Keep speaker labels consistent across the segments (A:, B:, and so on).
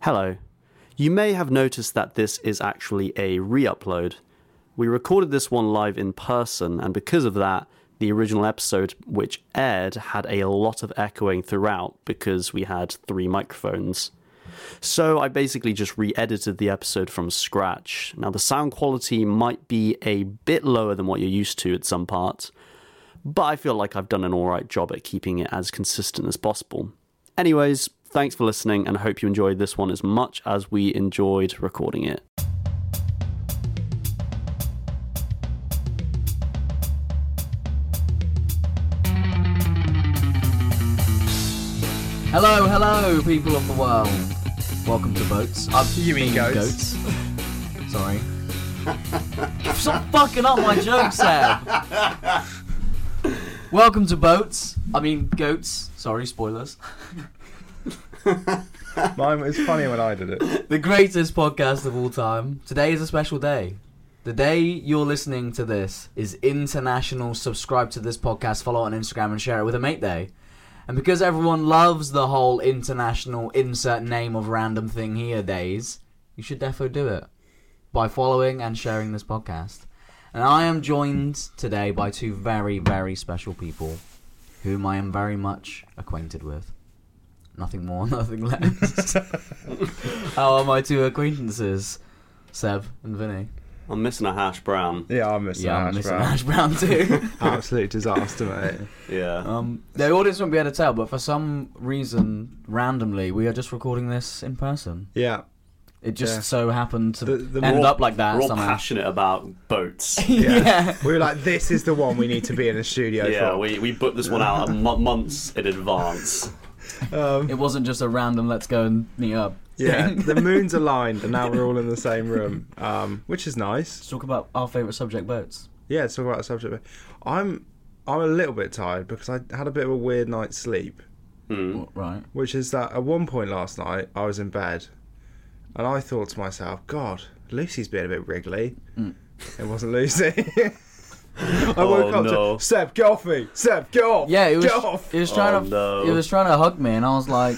A: Hello. You may have noticed that this is actually a re upload. We recorded this one live in person, and because of that, the original episode, which aired, had a lot of echoing throughout because we had three microphones. So I basically just re edited the episode from scratch. Now, the sound quality might be a bit lower than what you're used to at some parts, but I feel like I've done an alright job at keeping it as consistent as possible. Anyways, thanks for listening and hope you enjoyed this one as much as we enjoyed recording it.
B: Hello, hello, people of the world. Welcome to Boats. I've
C: You mean
B: been
C: goats.
B: goats. Sorry. Stop fucking up my joke, Sam. Welcome to Boats. I mean, Goats. Sorry, spoilers.
C: Mine was funny when I did it.
B: The greatest podcast of all time. Today is a special day. The day you're listening to this is International Subscribe to This Podcast, follow on Instagram, and share it with a mate day. And because everyone loves the whole international insert name of random thing here days, you should defo do it by following and sharing this podcast. And I am joined today by two very, very special people whom I am very much acquainted with. Nothing more, nothing less. How are my two acquaintances, Seb and Vinny?
A: I'm missing a hash brown.
C: Yeah, I'm missing
B: Yeah,
C: yeah,
B: I'm
C: hash
B: missing
C: brown.
B: Ash Brown too.
C: Absolute disaster, mate.
A: Yeah.
B: um, the audience won't be able to tell, but for some reason, randomly, we are just recording this in person.
C: Yeah.
B: It just
C: Yeah.
B: so happened to
C: The- the
B: end
C: more-
B: up like that
A: We're all
B: somehow.
A: passionate about boats.
B: yeah.
C: We were like, this is the one we need to be in a studio
A: yeah,
C: for.
A: we, we booked this one out mo- months in advance.
B: it wasn't just a random "let's go and meet up."
C: yeah,
B: thing.
C: the moon's aligned and now we're all in the same room, um, which is nice.
B: Let's talk about our favorite subject, boats.
C: Yeah, let's talk about the subject. I'm, I'm a little bit tired because I had a bit of a weird night's sleep,
B: Right.
C: which is that at one point last night I was in bed and I thought to myself, God, Lucy's being a bit wriggly.
B: Mm.
C: It wasn't Lucy. I woke up
A: no.
C: to Seb, get off me! Seb, get off!
B: Oh, Yeah, it was.
C: get off!
B: It was trying
A: Oh,
B: to.
A: no.
B: It was trying to hug me, and I was like,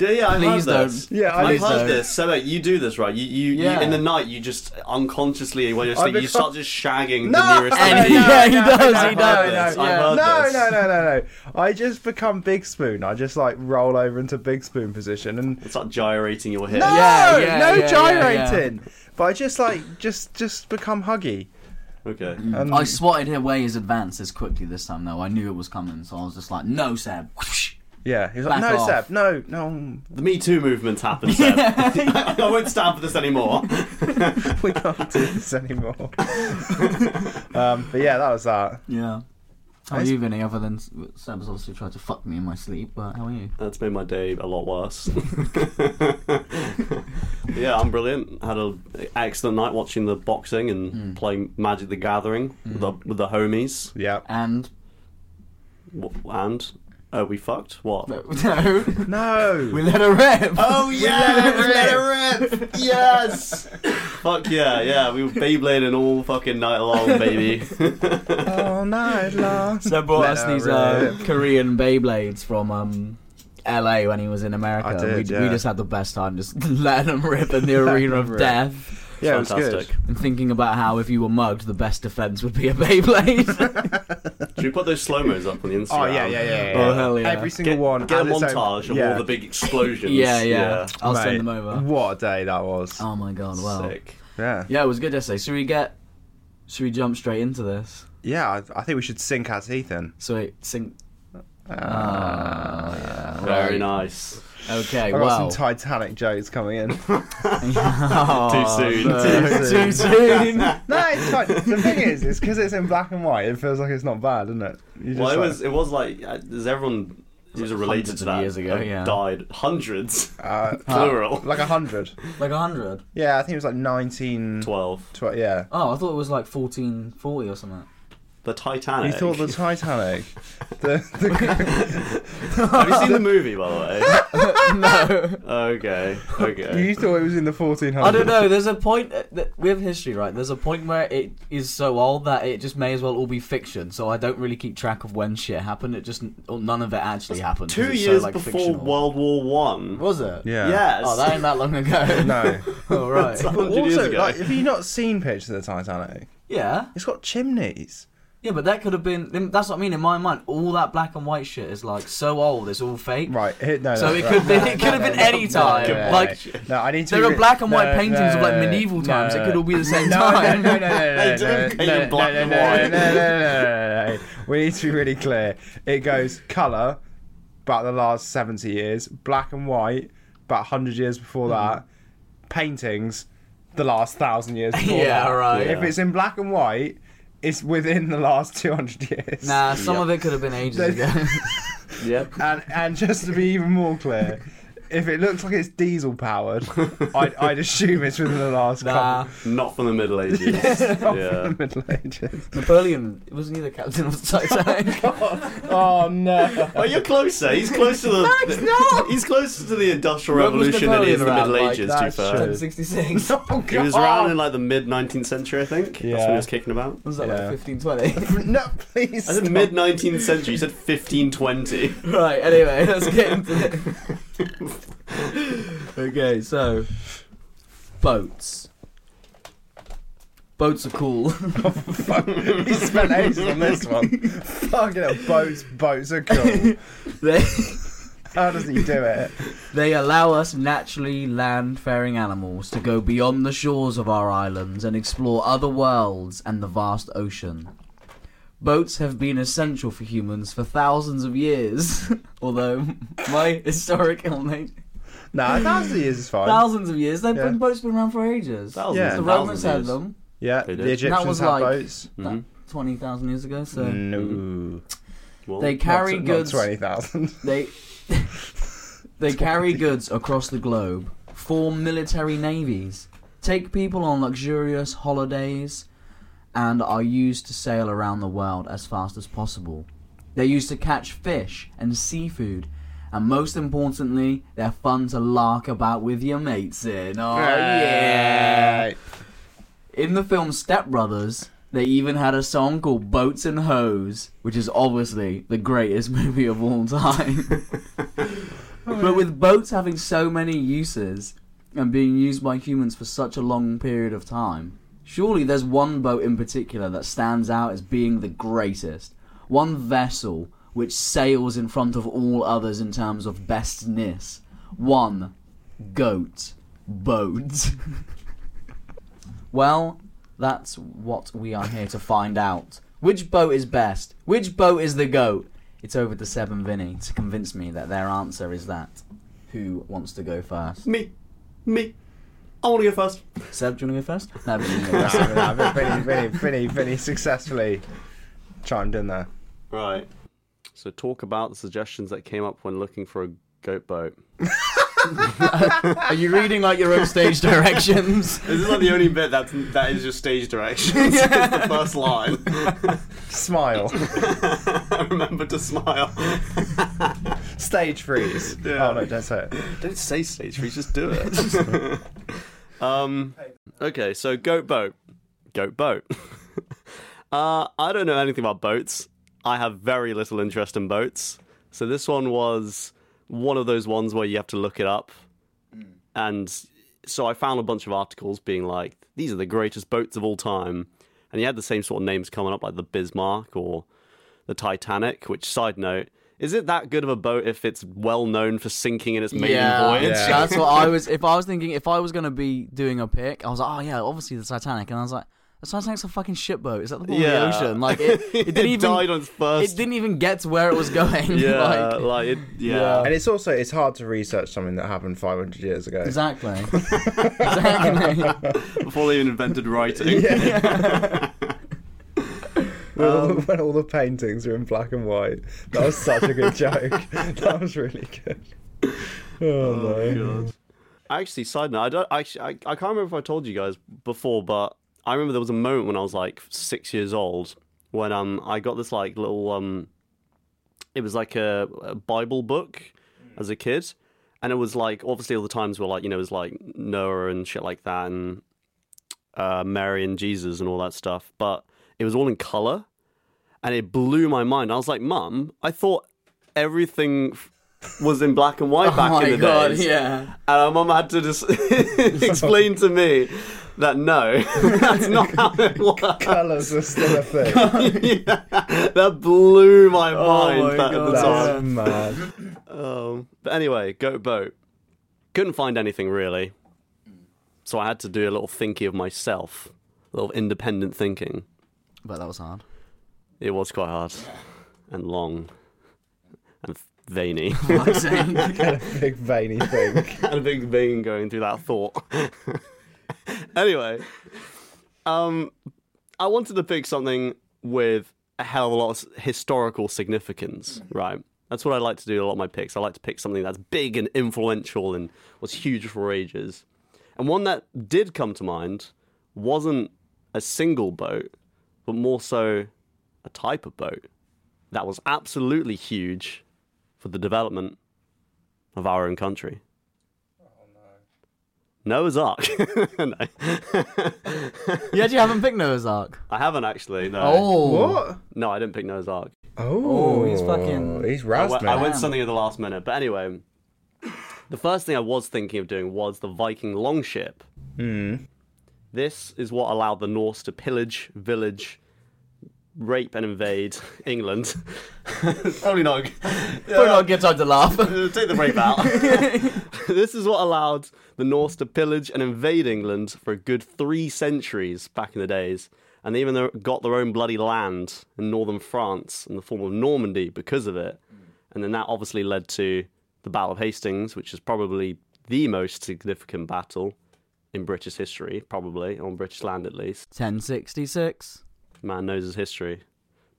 A: Yeah, yeah, I've
B: Please
A: heard
B: don't.
A: this.
C: Yeah, I-
A: I have
C: Please
A: heard
B: don't.
A: this. So mate, you do this, right? You, you,
B: Yeah.
A: you in the night, you just unconsciously when you're
C: I
A: asleep, you
C: become-
A: start just shagging
C: No!
A: the nearest
C: And-
A: lady.
C: yeah, he
A: I've
C: does, he does,
A: heard this.
C: no,
A: I've
B: yeah.
A: heard
C: No,
A: this.
C: no, no, no, no. I just become Big Spoon. I just like roll over into Big Spoon position and
A: It's like gyrating your hips.
C: no,
B: Yeah, yeah,
C: no
B: yeah, yeah,
C: gyrating. But I just like just just become huggy.
A: Okay.
C: And
B: I swatted away his advances quickly this time, though. I knew it was coming, so I was just like, "No, Seb."
C: yeah, he was like,
B: Back
C: "No,
B: off.
C: Seb, no, no,
A: The Me Too movement happened. Seb. I won't stand for this anymore.
C: we can't do this anymore." um, but yeah, that was that.
B: yeah. How are
C: Nice.
B: you, Vinny? Other than Seb's obviously tried to fuck me in my sleep, but how are you?
A: That's made my day a lot worse. yeah, I'm brilliant. Had an excellent night watching the boxing and playing Magic the Gathering with, the, with the homies.
C: Hmm. Yeah.
B: And
A: W- And uh, we fucked. What?
B: no,
C: No.
B: we let her rip.
A: Oh yeah, we let it rip. Yes. Fuck yeah, yeah. We were Beyblading all fucking night long, baby.
C: All night long.
B: Seb brought
C: Let
B: us
C: her
B: these uh,
C: rip.
B: Korean Beyblades from um, LA when he was in America.
C: I
B: and
C: did,
B: we, d- we
C: yeah.
B: just had the best time just letting him rip in the arena of death
C: Yeah, it was
A: Fantastic.
C: good.
B: and thinking about how if you were mugged, the best defense would be a Beyblade.
A: Should we put those slow mos up on the Instagram?
C: Oh yeah, yeah, yeah.
B: Oh, hell yeah.
C: Every single
A: Get,
C: one.
A: get a
C: and its own-
A: montage of
C: yeah.
A: all the big explosions.
B: yeah, yeah, I'll
C: Mate,
B: send them over.
C: What a day that was.
B: Oh my god, wow.
A: Sick.
C: Yeah,
B: Yeah, it was good yesterday. Should we get. Should we jump straight into this?
C: yeah. I, I think we should sink our teeth in.
B: So, sing.
A: Very nice.
B: Okay,
C: I got
B: well.
C: some Titanic jokes coming in.
A: Too soon.
B: Too soon.
C: no, it's fine. The thing is, it's because it's in black and white. It feels like it's not bad, doesn't it? You just
A: Well, it
C: like-
A: was it was like uh, there's everyone who's related
B: hundreds
A: to
B: of
A: that
B: years ago,
A: have
B: yeah.
A: died hundreds
C: uh,
A: plural
C: like a hundred.
B: like 100.
C: Yeah, I think it was like nineteen.
A: twelve.
C: tw- yeah.
B: Oh, I thought it was like 1440 or something.
A: The
C: You
A: Titanic.
C: thought the Titanic? the, the,
A: have you seen the movie by the way?
B: no.
A: Okay, okay.
C: you thought it was in the fourteen hundreds?
B: I don't know. There's a point. That, we have history, right? There's a point where it is so old that it just may as well all be fiction. So I don't really keep track of when shit happened. It just or none of it actually happened. 'cause
A: Two
B: it's so,
A: years
B: like,
A: before
B: fictional.
A: World War One.
B: was it?
C: Yeah.
A: Yes.
B: Oh, that ain't that long ago.
C: No.
B: All right.
A: hundred years
C: also,
A: ago.
C: like, have you not seen pictures of the Titanic?
B: yeah.
C: It's got chimneys.
B: Yeah, but that could have been. then That's what I mean. In my mind, all that black and white shit is like so old. It's all fake.
C: Right. Here, no.
B: So
C: no,
B: it
C: no,
B: could
C: no,
B: been, it could have been any time.
C: no, no,
B: like
C: no, no, I need to.
B: there
C: be
B: are
C: re-
B: black and white
C: no, no,
B: paintings
C: no,
B: of, like,
C: no, no,
B: medieval
C: no,
B: times. It could all be the same
C: no,
B: time.
C: No, no, no, no, no.
A: They
C: no,
A: didn't
C: no,
A: paint in
C: no,
A: black
C: no,
A: and
C: no, no,
A: white.
C: No, no, no, no, no, no. We need to be really clear. It goes colour, about the last seventy years. Black and white, about hundred years
A: Hmm.
C: before that. Paintings, the last thousand years. Before
B: Yeah,
C: that.
B: right.
C: If it's in black and white, it's within the last two hundred years.
B: Nah, some of it could have been ages
C: They-
B: ago.
A: Yep.
C: And and just to be even more clear, if it looks like it's diesel powered, I'd, I'd assume it's within the last
B: nah.
A: Not from the Middle Ages.
C: couple
A: yeah.
C: of Middle Ages.
B: Napoleon wasn't he the captain of the Titanic?
C: Oh no!
A: Well, you're closer. He's closer to the.
B: it's not.
A: He's closer to the Industrial
B: When was
A: Revolution than he is the
B: Napoleon
A: Middle
B: around? Like,
A: Ages.
C: that's
A: too
C: true.
A: fair.
B: 1066.
C: Oh god!
A: He was around in like the mid 19th century, I think. That's what
C: Yeah.
A: he was kicking about.
B: Was that
C: Yeah.
B: like 1520?
C: no, please.
A: I said
C: stop.
A: mid 19th century. You said 1520.
B: right. Anyway, let's get into it. okay, so boats. Boats are cool.
C: He spent ages on this one. Fucking hell, boats, boats are cool.
B: they
C: How does he do it?
B: they allow us naturally land-faring animals to go beyond the shores of our islands and explore other worlds and the vast ocean. Boats have been essential for humans for thousands of years, although my historic illness.
C: Nah, a thousand years is fine.
B: Thousands of years. They've
C: Yeah.
B: been boats been around for ages.
A: Thousands
C: Yeah.
B: The
A: and thousands
B: Romans had
A: of years.
B: them
C: Yeah,
A: They
C: the
A: did.
C: Egyptians
B: That was
C: had
B: like-
C: boats.
A: Mhm.
B: twenty thousand years ago. So
C: No,
A: Well,
B: they carry
C: not,
B: goods.
C: Twenty thousand.
B: They they carry goods across the globe, form military navies, take people on luxurious holidays, and are used to sail around the world as fast as possible. They're used to catch fish and seafood, and most importantly, they're fun to lark about with your mates in. Oh yeah! In the film Step Brothers, they even had a song called Boats and Hoes, which is obviously the greatest movie of all time. but with boats having so many uses and being used by humans for such a long period of time, surely there's one boat in particular that stands out as being the greatest. One vessel which sails in front of all others in terms of bestness. One goat boat. Well, that's what we are here to find out. Which boat is best? Which boat is the goat? It's over to Seb and Vinny to convince me that their answer is that. Who wants to go first?
A: me, me. I want to go first.
B: Seb, do you want to go first? No, Vinny, you go
C: Nah,
B: first.
C: nah, nah, Vinny, Vinny, Vinny, Vinny successfully chimed in there.
A: Right. So talk about the suggestions that came up when looking for a goat boat.
B: Are you reading like your own stage directions?
A: This is like the only bit that's that is just stage directions. It's the first line.
C: Smile.
A: Remember to smile.
C: Stage freeze.
A: Yeah.
C: Oh no, don't say it.
A: Don't say stage freeze, just do it. um, okay, so goat boat. Goat boat. uh, I don't know anything about boats. I have very little interest in boats. So this one was one of those ones where you have to look it up. And so I found a bunch of articles being like, these are the greatest boats of all time. And you had the same sort of names coming up, like the Bismarck or the Titanic, which, side note, is it that good of a boat if it's well known for sinking in its maiden voyage?
C: Yeah.
B: that's what I was. If I was thinking, if I was gonna be doing a pick, I was like, oh yeah, obviously the Titanic, and I was like, the Titanic's a fucking shipboat. Is that the bottom
A: Yeah.
B: of the ocean? Like it, it didn't
A: It
B: even
A: died on its first-
B: It didn't even get to where it was going.
A: Yeah, like,
B: like,
A: it, yeah.
B: Yeah.
C: And it's also it's hard to research something that happened 500 years ago.
B: exactly. exactly.
A: Before they even invented writing.
C: When all- when all the paintings were in black and white. That was such a good joke. That was really good. Oh, no.
A: Actually, side note, I don't actually, I, I can't remember if I told you guys before, but I remember there was a moment when I was like six years old when um I got this like little um, it was like a, a Bible book
B: Mm.
A: as a kid, and it was like obviously all the times were like you know it was like Noah and shit like that and uh, Mary and Jesus and all that stuff, but it was all in color, and it blew my mind. I was like, Mum, I thought everything. f- Was in black and white back
B: oh
A: in
B: my
A: the
B: god!
A: days.
B: Yeah.
A: And my mum had to just explain to me that no, that's not how it
B: Oh
A: works.
C: Colours are still a thing.
A: Yeah, that blew my mind
B: Oh my
A: back at the
B: God.
A: time.
C: That's mad.
A: Um, but anyway, goat boat. Couldn't find anything really. So I had to do a little thinky of myself, a little independent thinking.
B: But that was hard.
A: It was quite hard and long and veiny.
B: Like saying-
C: Big veiny thing.
A: and a big vein going through that thought. anyway, um, I wanted to pick something with a hell of a lot of s- historical significance, right? That's what I like to do in a lot of my picks. I like to pick something that's big and influential and was huge for ages. And one that did come to mind wasn't a single boat, but more so a type of boat that was absolutely huge for the development of our own country. Noah's Ark. no,
B: you actually haven't picked Noah's Ark.
A: I haven't actually. No,
B: Oh,
C: What?
A: no, I didn't pick Noah's Ark.
C: Oh,
B: he's fucking-
C: He's
A: I
C: razzed,
A: went-
C: man.
A: I went something at the last minute. But anyway, the first thing I was thinking of doing was the Viking longship. This is what allowed the Norse to pillage, village, rape, and invade England. It's Probably not.
B: probably not a good time to laugh.
A: Uh, Take the rape out. this is what allowed the Norse to pillage and invade England for a good three centuries back in the days. And they even tho- got their own bloody land in northern France in the form of Normandy because of it. And then that obviously led to the Battle of Hastings, which is probably the most significant battle in British history, probably, on British land at least.
B: 1066
A: Man knows his history.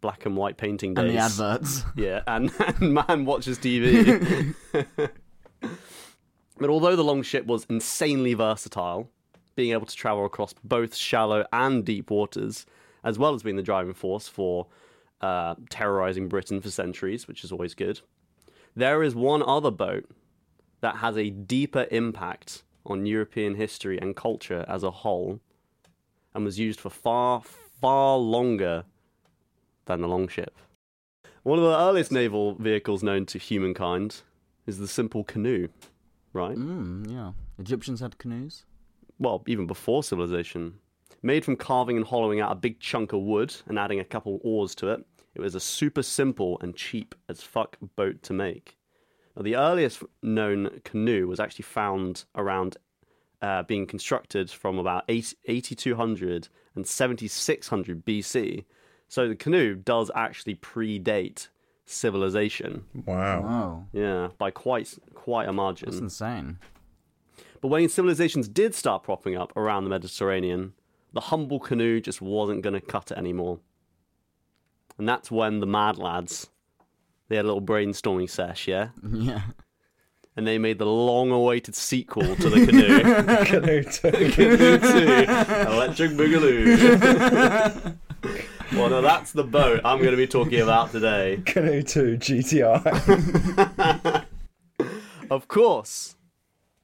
A: Black and white painting days.
B: and the adverts.
A: Yeah, and, and man watches TV. but although the longship was insanely versatile, being able to travel across both shallow and deep waters, as well as being the driving force for uh, terrorizing Britain for centuries, which is always good, there is one other boat that has a deeper impact on European history and culture as a whole and was used for far, far longer than the longship. One of the earliest naval vehicles known to humankind is the simple canoe, right?
B: Mm, yeah. Egyptians had canoes.
A: Well, even before civilization. Made from carving and hollowing out a big chunk of wood and adding a couple oars to it, it was a super simple and cheap as fuck boat to make. Now, the earliest known canoe was actually found around uh, being constructed from about 8- 8200 and 7600 BC. So the canoe does actually predate civilization.
C: Wow.
B: Wow.
A: Yeah, by quite quite a margin.
B: That's insane.
A: But when civilizations did start propping up around the Mediterranean, the humble canoe just wasn't going to cut it anymore. And that's when the Mad Lads, they had a little brainstorming sesh, yeah?
B: Yeah.
A: And they made the long awaited sequel to the canoe,
C: Canoe took-
A: Canoe 2, Electric Boogaloo. well, now that's the boat I'm going to be talking about today.
C: Canoe 2 GTI.
A: Of course,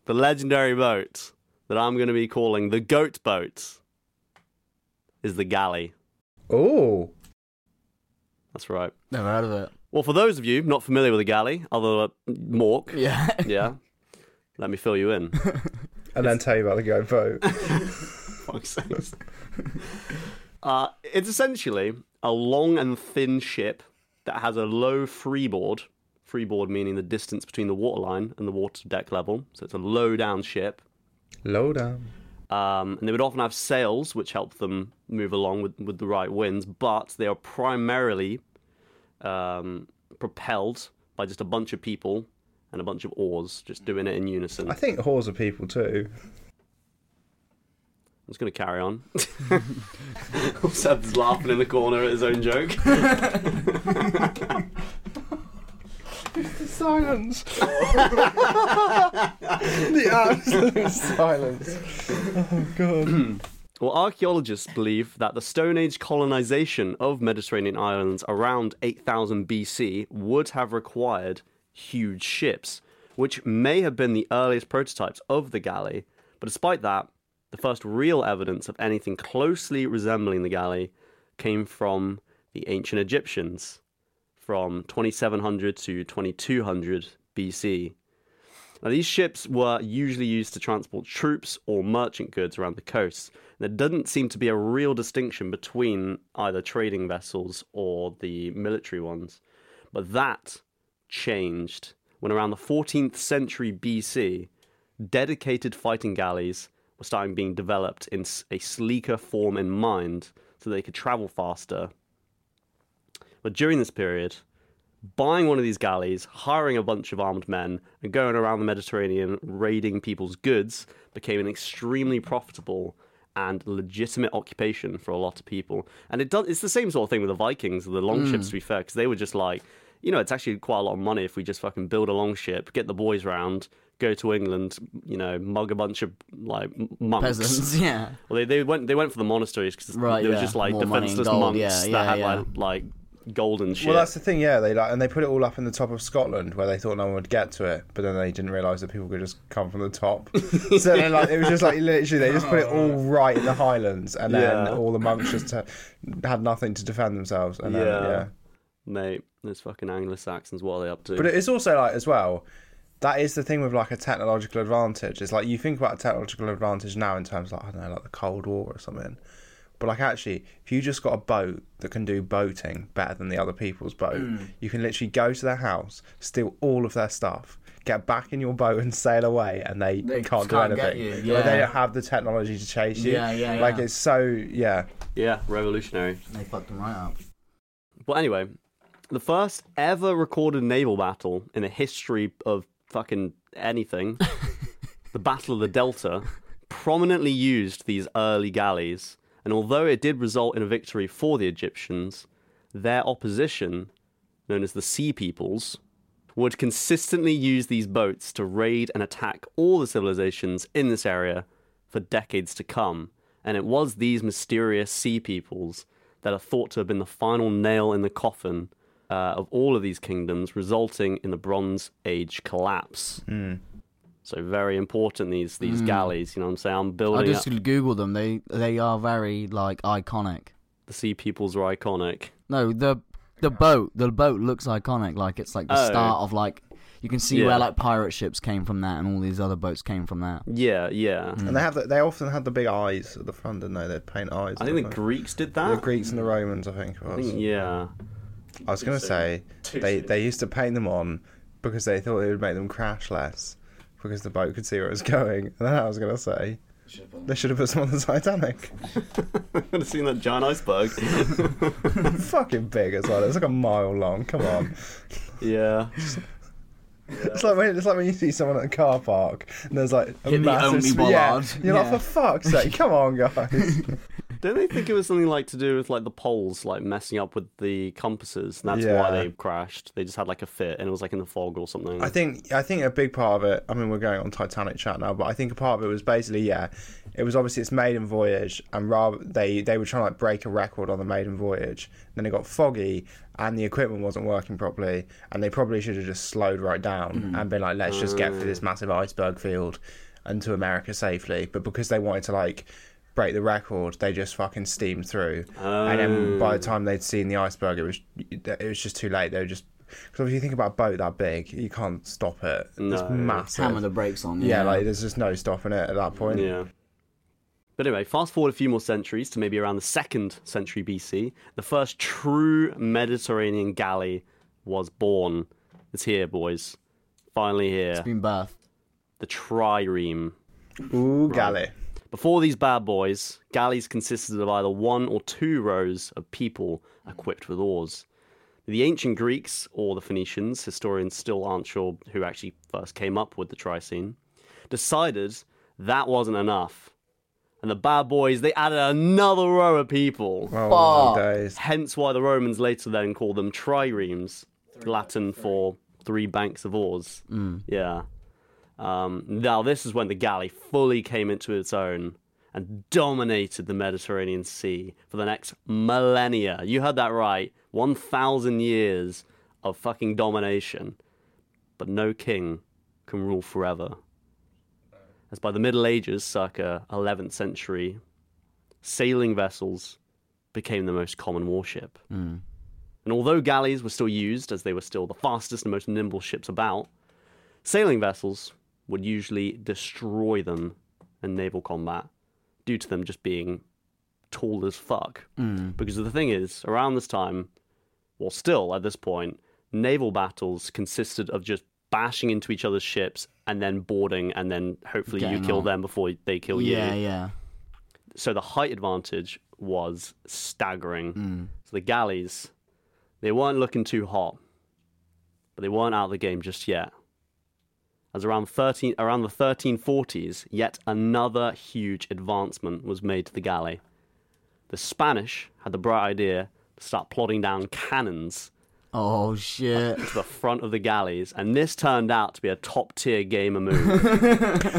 A: the legendary boat that I'm going to be calling the Goat Boat is the galley.
C: Oh.
A: That's right.
B: Never heard of it.
A: Well, for those of you not familiar with a galley, other than Mork,
B: Yeah.
A: yeah, let me fill you in.
C: and then tell you about the go vote.
A: fuck's sakes. uh, it's essentially a long and thin ship that has a low freeboard. Freeboard meaning the distance between the waterline and the water deck level. So it's a low down ship.
C: Low down.
A: Um, and they would often have sails, which help them move along with, with the right winds, but they are primarily um, propelled by just a bunch of people and a bunch of oars, just doing it in unison.
C: I think whores are people too.
A: I'm just going to carry on. Seb's laughing in the corner at his own joke.
C: Silence. the absolute silence. Oh god.
A: Well, archaeologists believe that the Stone Age colonization of Mediterranean islands around 8000 BC would have required huge ships, which may have been the earliest prototypes of the galley. But despite that, the first real evidence of anything closely resembling the galley came from the ancient Egyptians from 2700 to 2200 BC. Now, these ships were usually used to transport troops or merchant goods around the coast. There doesn't seem to be a real distinction between either trading vessels or the military ones. But that changed when, around the 14th century BC, dedicated fighting galleys were starting being developed in s- a sleeker form in mind so they could travel faster. But during this period, buying one of these galleys, hiring a bunch of armed men, and going around the Mediterranean raiding people's goods became an extremely profitable and legitimate occupation for a lot of people. And it does, it's the same sort of thing with the Vikings, the long ships, to be fair, because they were just like, you know, it's actually quite a lot of money if we just fucking build a long ship, get the boys round, go to England, you know, mug a bunch of like m- monks.
B: Peasants, yeah.
A: Well, they, they went they went for the monasteries because
B: Right,
A: they were
B: yeah.
A: just like
B: More money and
A: defenseless
B: gold,
A: monks
B: yeah,
A: that
B: yeah,
A: had
B: yeah.
A: like like golden shit.
C: Well, that's the thing, yeah. They like, and they put it all up in the top of Scotland where they thought no one would get to it, but then they didn't realise that people could just come from the top. so then, like, it was just like literally they just put it all right in the Highlands, and then
A: Yeah.
C: all the monks just uh, had nothing to defend themselves. And then,
A: Yeah.
C: yeah.
A: mate. Those fucking Anglo Saxons, what are they up to?
C: But it's also like as well. That is the thing with like a technological advantage. It's like you think about a technological advantage now in terms of like, I don't know, like the Cold War or something. But like actually, if you just got a boat that can do boating better than the other people's boat,
B: Mm.
C: you can literally go to their house, steal all of their stuff, get back in your boat and sail away, and they,
B: They
C: can't
B: just
C: do
B: can't
C: anything.
B: get you,
C: Like, they
B: yeah.
C: don't have the technology to chase you.
B: Yeah, yeah,
C: Like
B: yeah.
C: it's so yeah.
A: yeah, revolutionary.
B: They fucked them right up.
A: Well, anyway, the first ever recorded naval battle in the history of fucking anything, the Battle of the Delta, prominently used these early galleys, and although it did result in a victory for the Egyptians, their opposition, known as the Sea Peoples, would consistently use these boats to raid and attack all the civilizations in this area for decades to come. And it was these mysterious sea peoples that are thought to have been the final nail in the coffin uh, of all of these kingdoms, resulting in the Bronze Age collapse.
C: Mm.
A: So very important these these galleys. You know what I'm saying? I'm
B: I
A: building
B: just
A: up.
B: Google them. They they are very like iconic.
A: The sea peoples are iconic.
B: No, the the boat the boat looks iconic. Like it's like the
A: Oh.
B: start of like you can see
A: Yeah.
B: where like pirate ships came from that, and all these other boats came from that.
A: Yeah, yeah.
B: Mm.
C: And they have the, they often had the big eyes at the front, didn't they? They'd paint eyes.
A: I
C: on
A: think the
C: them.
A: Greeks did
C: the
A: that.
C: Greeks and the Romans, Ah. I think it was.
A: I think- yeah.
C: I was going to say they, they used to paint them on because they thought it would make them crash less because the boat could see where it was going. And then I was going to say they should have put some on the Titanic.
A: I'd have seen that giant iceberg.
C: Fucking big as well. It's like a mile long. Come on.
A: yeah.
C: It's like when it's like when you see someone at a car park and there's like a
B: Hit the
C: massive
B: only
C: sp- yeah,
B: bollard.
C: You're
B: Yeah.
C: like for fuck's sake. Come on, guys.
A: Don't they think it was something like to do with like the poles like messing up with the compasses, and that's why
C: Yeah.
A: they crashed? They just had like a fit, and it was like in the fog or something.
C: I think I think a big part of it. I mean, we're going on Titanic chat now, but I think a part of it was basically yeah, it was obviously its maiden voyage, and rather they they were trying to like break a record on the maiden voyage. then it got foggy, and the equipment wasn't working properly, and they probably should have just slowed right down and been like, let's just get through this massive iceberg field and to America safely. But because they wanted to like break the record, they just fucking
A: Oh.
C: steamed through, and then by the time they'd seen the iceberg, it was it was just too late. They were just Because obviously, you think about a boat that big, you can't stop it.
A: No.
C: It's massive.
B: Hammer the brakes on.
C: yeah, like there's just no stopping it at that point.
A: Yeah. But anyway, fast forward a few more centuries to maybe around the second century BC, the first true Mediterranean galley was born. It's here, boys. Finally here.
B: been birthed.
A: The trireme.
C: Ooh, galley.
A: Before these bad boys, galleys consisted of either one or two rows of people equipped with oars. The ancient Greeks or the Phoenicians, historians still aren't sure who actually first came up with the tricene, decided that wasn't enough. And the bad boys, they added another row of people.
C: Oh,
B: Fuck.
C: days.
A: Hence why the Romans later then called them triremes, Latin for three banks of oars. Yeah. Um, now, this is when the galley fully came into its own and dominated the Mediterranean Sea for the next millennia. You heard that right. 1,000 years of fucking domination. But no king can rule forever. As by the Middle Ages, circa 11th century, sailing vessels became the most common warship.
B: Hmm.
A: And although galleys were still used, as they were still the fastest and most nimble ships about, sailing vessels would usually destroy them in naval combat due to them just being tall as fuck.
B: Hmm.
A: Because the thing is, around this time, well, still at this point, naval battles consisted of just bashing into each other's ships and then boarding, and then hopefully you
B: Getting
A: kill
B: on.
A: them before they kill you
B: Yeah, yeah.
A: so the height advantage was staggering. So the galleys, they weren't looking too hot, but they weren't out of the game just yet. As around thirteen around the thirteen forties, yet another huge advancement was made to the galley. The Spanish had the bright idea to start plodding down cannons
B: Oh shit.
A: to the front of the galleys, and this turned out to be a top tier gamer move.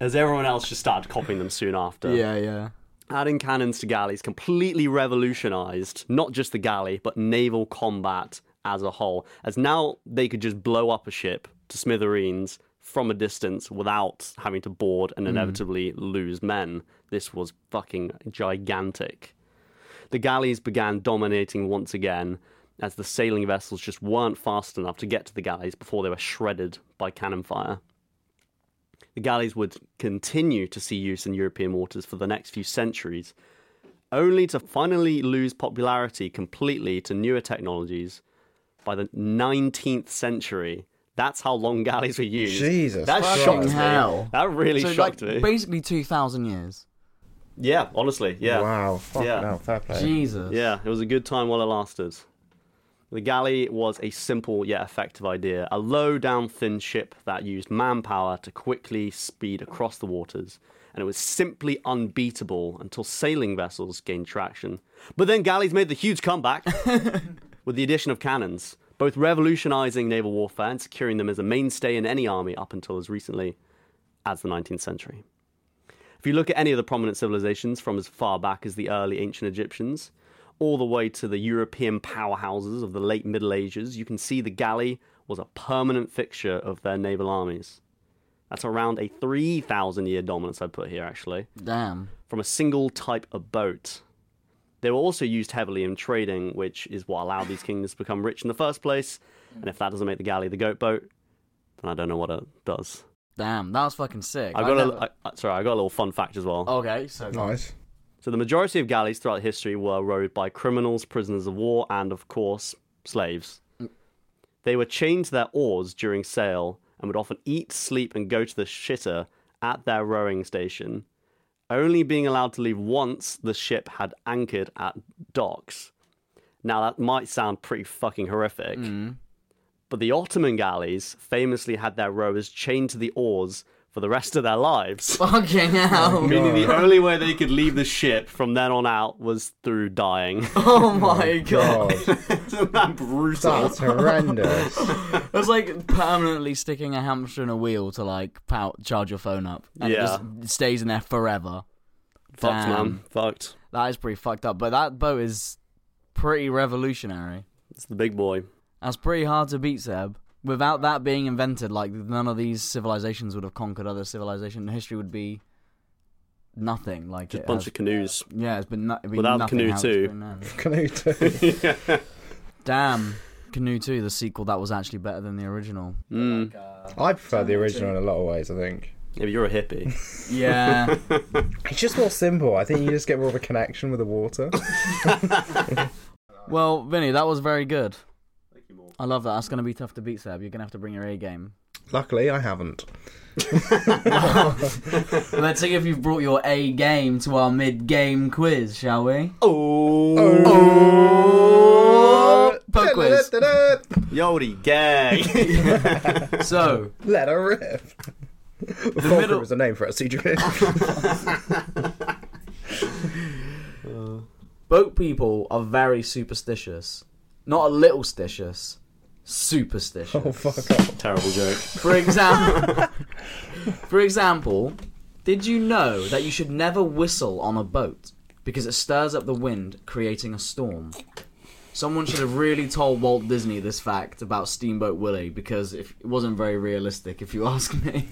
A: as everyone else just started copying them soon after.
B: yeah, yeah.
A: Adding cannons to galleys completely revolutionized not just the galley, but naval combat as a whole, as now they could just blow up a ship to smithereens from a distance without having to board and inevitably lose men. This was fucking gigantic. The galleys began dominating once again as the sailing vessels just weren't fast enough to get to the galleys before they were shredded by cannon fire. The galleys would continue to see use in European waters for the next few centuries, only to finally lose popularity completely to newer technologies by the 19th century. That's how long galleys were used.
C: Jesus
A: that
C: fucking
A: shocked me.
B: hell.
A: That really
B: so like
A: shocked me.
B: basically two thousand years.
A: yeah, honestly, yeah.
C: Wow. Fuck
A: Yeah.
C: no, fair play.
B: Jesus.
A: Yeah, it was a good time while it lasted. The galley was a simple yet effective idea a low down thin ship that used manpower to quickly speed across the waters, and it was simply unbeatable until sailing vessels gained traction. But then galleys made the huge comeback with the addition of cannons, both revolutionizing naval warfare and securing them as a mainstay in any army up until as recently as the 19th century. If you look at any of the prominent civilizations from as far back as the early ancient Egyptians, all the way to the European powerhouses of the late Middle Ages, you can see the galley was a permanent fixture of their naval armies. That's around a 3,000 year dominance, I put here actually,
B: Damn.
A: from a single type of boat. They were also used heavily in trading, which is what allowed these kingdoms to become rich in the first place. And if that doesn't make the galley the goat boat, then I don't know what it does.
B: Damn. That was fucking sick.
A: I
B: I
A: got
B: never-
A: a, I, sorry, I Oh. got a little fun fact as well.
B: Okay, so
C: Nice.
A: So the majority of galleys throughout history were rowed by criminals, prisoners of war, and of course, slaves. They were chained to their oars during sail and would often eat, sleep, and go to the shitter at their rowing station, only being allowed to leave once the ship had anchored at docks. Now that might sound pretty fucking horrific, but the Ottoman galleys famously had their rowers chained to the oars for the rest of their lives.
B: fucking hell.
A: Meaning the only way they could leave the ship from then on out was through dying.
B: Oh my god.
A: Oh.
C: God,
A: Isn't that brutal?
C: that's horrendous.
B: It's like permanently sticking a hamster in a wheel to like pow- charge your phone up. And
A: Yeah.
B: It just stays in there forever.
A: Fucked, man.
B: Damn.
A: Fucked.
B: That is pretty fucked up. But that boat is pretty revolutionary.
A: It's the big boy.
B: That's pretty hard to beat, Seb. Without that being invented, like none of these civilizations would have conquered other civilization. History would be nothing. Like
A: Just
B: it
A: a bunch
B: has-
A: of canoes.
B: Oh yeah, it's been, no- it'd be
A: Without the
B: nothing
A: canoe
B: how it's
A: too.
B: been then.
C: Can you do?
B: Damn, Canoe 2, the sequel that was actually better than the original.
C: I prefer the original in a lot of ways. I think
A: Yeah, but Hmm. you're a hippie.
B: Yeah.
C: it's just more simple. I think you just get more of a connection with the water.
B: well, Vinny, that was very good. I love that. That's going to be tough to beat, Seb. You're going to have to bring your A game.
C: Luckily, I haven't.
B: Let's see if you've brought your A game to our mid game quiz, shall we? Poke quiz.
A: Oh. Yodi gang.
B: So,
C: Let her rip. The
B: middle-
C: was the name for it, CJ.
B: boat people are very superstitious. Not a little stitious, superstitious.
C: oh fuck off.
A: Terrible joke.
B: For example, for example, did you know that you should never whistle on a boat because it stirs up the wind, creating a storm? Someone should have really told Walt Disney this fact about Steamboat Willie because if, it wasn't very realistic, if you ask me.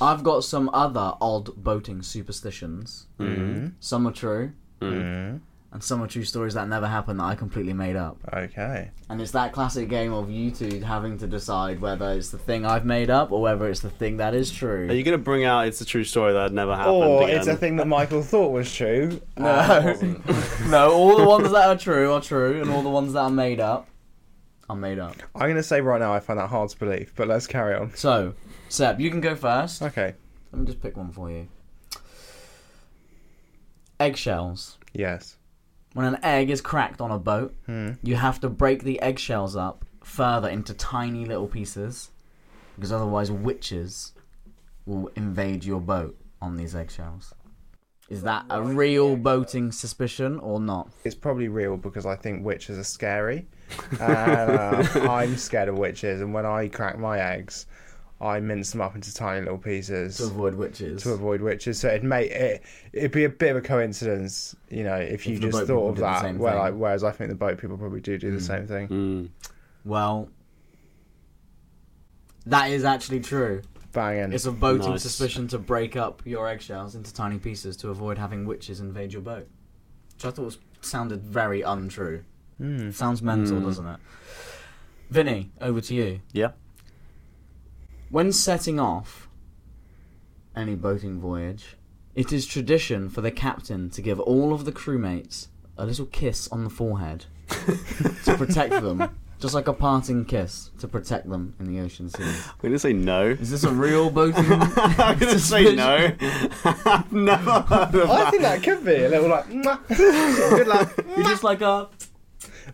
B: I've got some other odd boating superstitions. Mm-hmm. Some are true, and some are true stories that never happened that I completely made up.
C: Okay.
B: And it's that classic game of you two having to decide whether it's the thing I've made up or whether it's the thing that is true.
A: Are you gonna bring out it's a true story that never happened?
C: Or
A: again?
C: Oh, it's a thing that Michael thought was true. Uh.
B: no. no, all the ones that are true are true, and all the ones that are made up are made up.
C: I'm gonna say right now I find that hard to believe, but let's carry on.
B: So, Seb, you can go first.
C: Okay.
B: Let me just pick one for you. Eggshells.
C: Yes.
B: When an egg is cracked on a boat, you have to break the eggshells up further into tiny little pieces because otherwise witches will invade your boat on these eggshells. Is that a real boating suspicion or not?
C: It's probably real because I think witches are scary. Uh, I'm scared of witches, and when I crack my eggs, I mince them up into tiny little pieces.
B: To avoid witches.
C: to avoid witches. So it'd make it it'd be a bit of a coincidence, you know, if you
B: the boat
C: just
B: people
C: thought of
B: did the
C: that.
B: same
C: Well,
B: thing.
C: like, whereas I think the boat people probably do do the same thing.
B: well, that is actually true.
C: Banging.
B: It's a boating
A: Nice.
B: suspicion to break up your eggshells into tiny pieces to avoid having witches invade your boat. Which I thought was, sounded very untrue. Sounds mental, doesn't it? Vinny, over to you.
A: yeah.
B: When setting off any boating voyage, it is tradition for the captain to give all of the crewmates a little kiss on the forehead to protect them, just like a parting kiss to protect them in the ocean seas.
A: I'm gonna say no.
B: Is this a real boating?
A: I'm gonna say no. I've never heard of
C: I
A: that.
C: think that could be a little like "Mwah." good luck.
B: You're just like a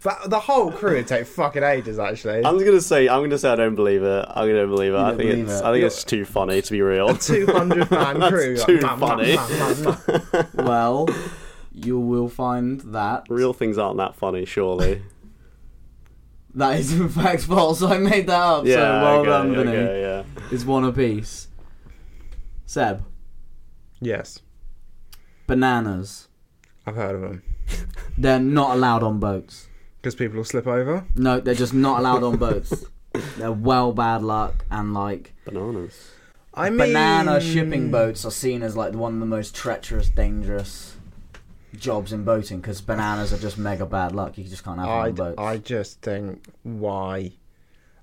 C: But the whole crew would take fucking ages actually.
A: I'm gonna say I'm gonna say I don't believe it. I'm gonna believe it. I
B: don't
A: think
B: believe
A: it's
B: it.
A: I think it's too funny to be real.
C: Two hundred man crew.
A: too
C: "Mwah, mwah,
A: funny."
C: mwah, mwah, mwah."
B: well, you will find that
A: real things aren't that funny, surely.
B: that is in fact false. I made that up.
A: Yeah.
B: so well
A: okay,
B: done, Vinny.
A: okay, yeah.
B: It's one apiece. Seb,
C: Yes,
B: bananas.
C: I've heard of them
B: They're not allowed on boats.
C: because people will slip over.
B: No, they're just not allowed on boats. They're well bad luck and like
A: Bananas.
C: I mean,
B: banana shipping boats are seen as like one of the most treacherous, dangerous jobs in boating because bananas are just mega bad luck. You just can't have them
C: I,
B: on boats.
C: I just think why,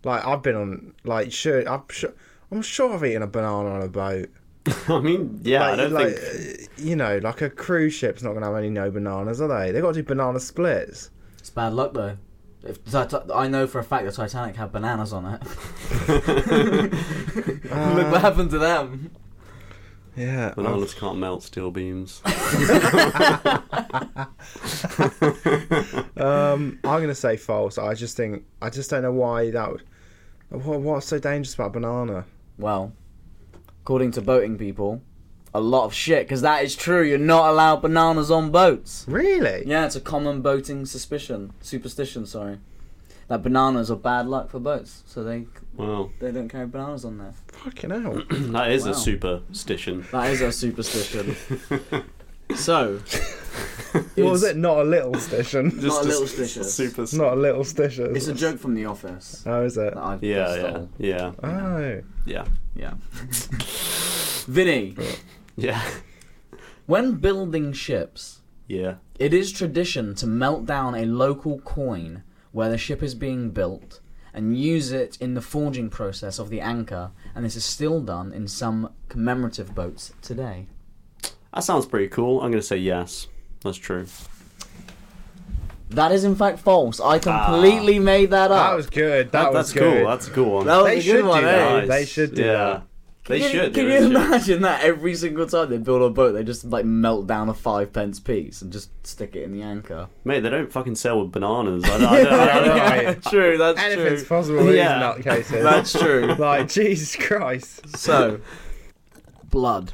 C: like I've been on like sure I'm sure I'm sure I've eaten a banana on a boat.
A: I mean, yeah, I
C: Like-
A: don't
C: like,
A: think
C: uh, you know, like a cruise ship's not going to have any no bananas, are they? They've got to do banana splits.
B: It's bad luck though. If Tit- I know for a fact the Titanic had bananas on it. Look what happened to them.
C: Yeah. I've-
A: bananas can't melt steel beams.
C: Um, I'm going to say false. I just think I just don't know why that. Would, what, what's so dangerous about banana?
B: Well, according to boating people, a lot of shit because that is true. You're not allowed bananas on boats.
C: Really?
B: Yeah, it's a common boating suspicion, superstition. Sorry, that bananas are bad luck for boats, so they
A: Wow,
B: they don't carry bananas on there.
C: Fucking hell.
A: that is
B: Wow.
A: a superstition.
B: That is a superstition. so,
C: what was
B: it's
C: it? Not a little station.
B: Not
A: a
B: a little
A: s-
B: stitious.
A: Super.
C: not a little station.
B: It's a joke from The Office.
C: Oh, is it?
B: That I've
A: Yeah,
B: just
A: yeah,
B: stole.
A: yeah,
C: Oh.
A: yeah,
B: Yeah. Vinny,
A: yeah.
B: when building ships,
A: Yeah.
B: It is tradition to melt down a local coin where the ship is being built and use it in the forging process of the anchor, and this is still done in some commemorative boats today.
A: That sounds pretty cool. I'm going to say yes. That's true.
B: That is in fact false. I completely made that up.
C: That was good. That,
A: That's
C: was good.
A: cool. That's a cool one.
B: That was
C: They
B: a
C: should
B: good one,
C: do
B: eh?
C: that.
A: Nice.
C: They should do
A: yeah.
C: that.
A: They
B: Can you-
A: should.
B: Can
A: they
B: you
A: really should.
B: imagine that every single time they build a boat, they just like melt down a five pence piece and just stick it in the anchor?
A: Mate, they don't fucking sell with bananas. I, I don't, I don't know.
C: Right.
B: True, that's
C: Anything's possible with
A: Yeah.
C: these nutcases.
B: That's true.
C: like Jesus Christ.
B: So, blood.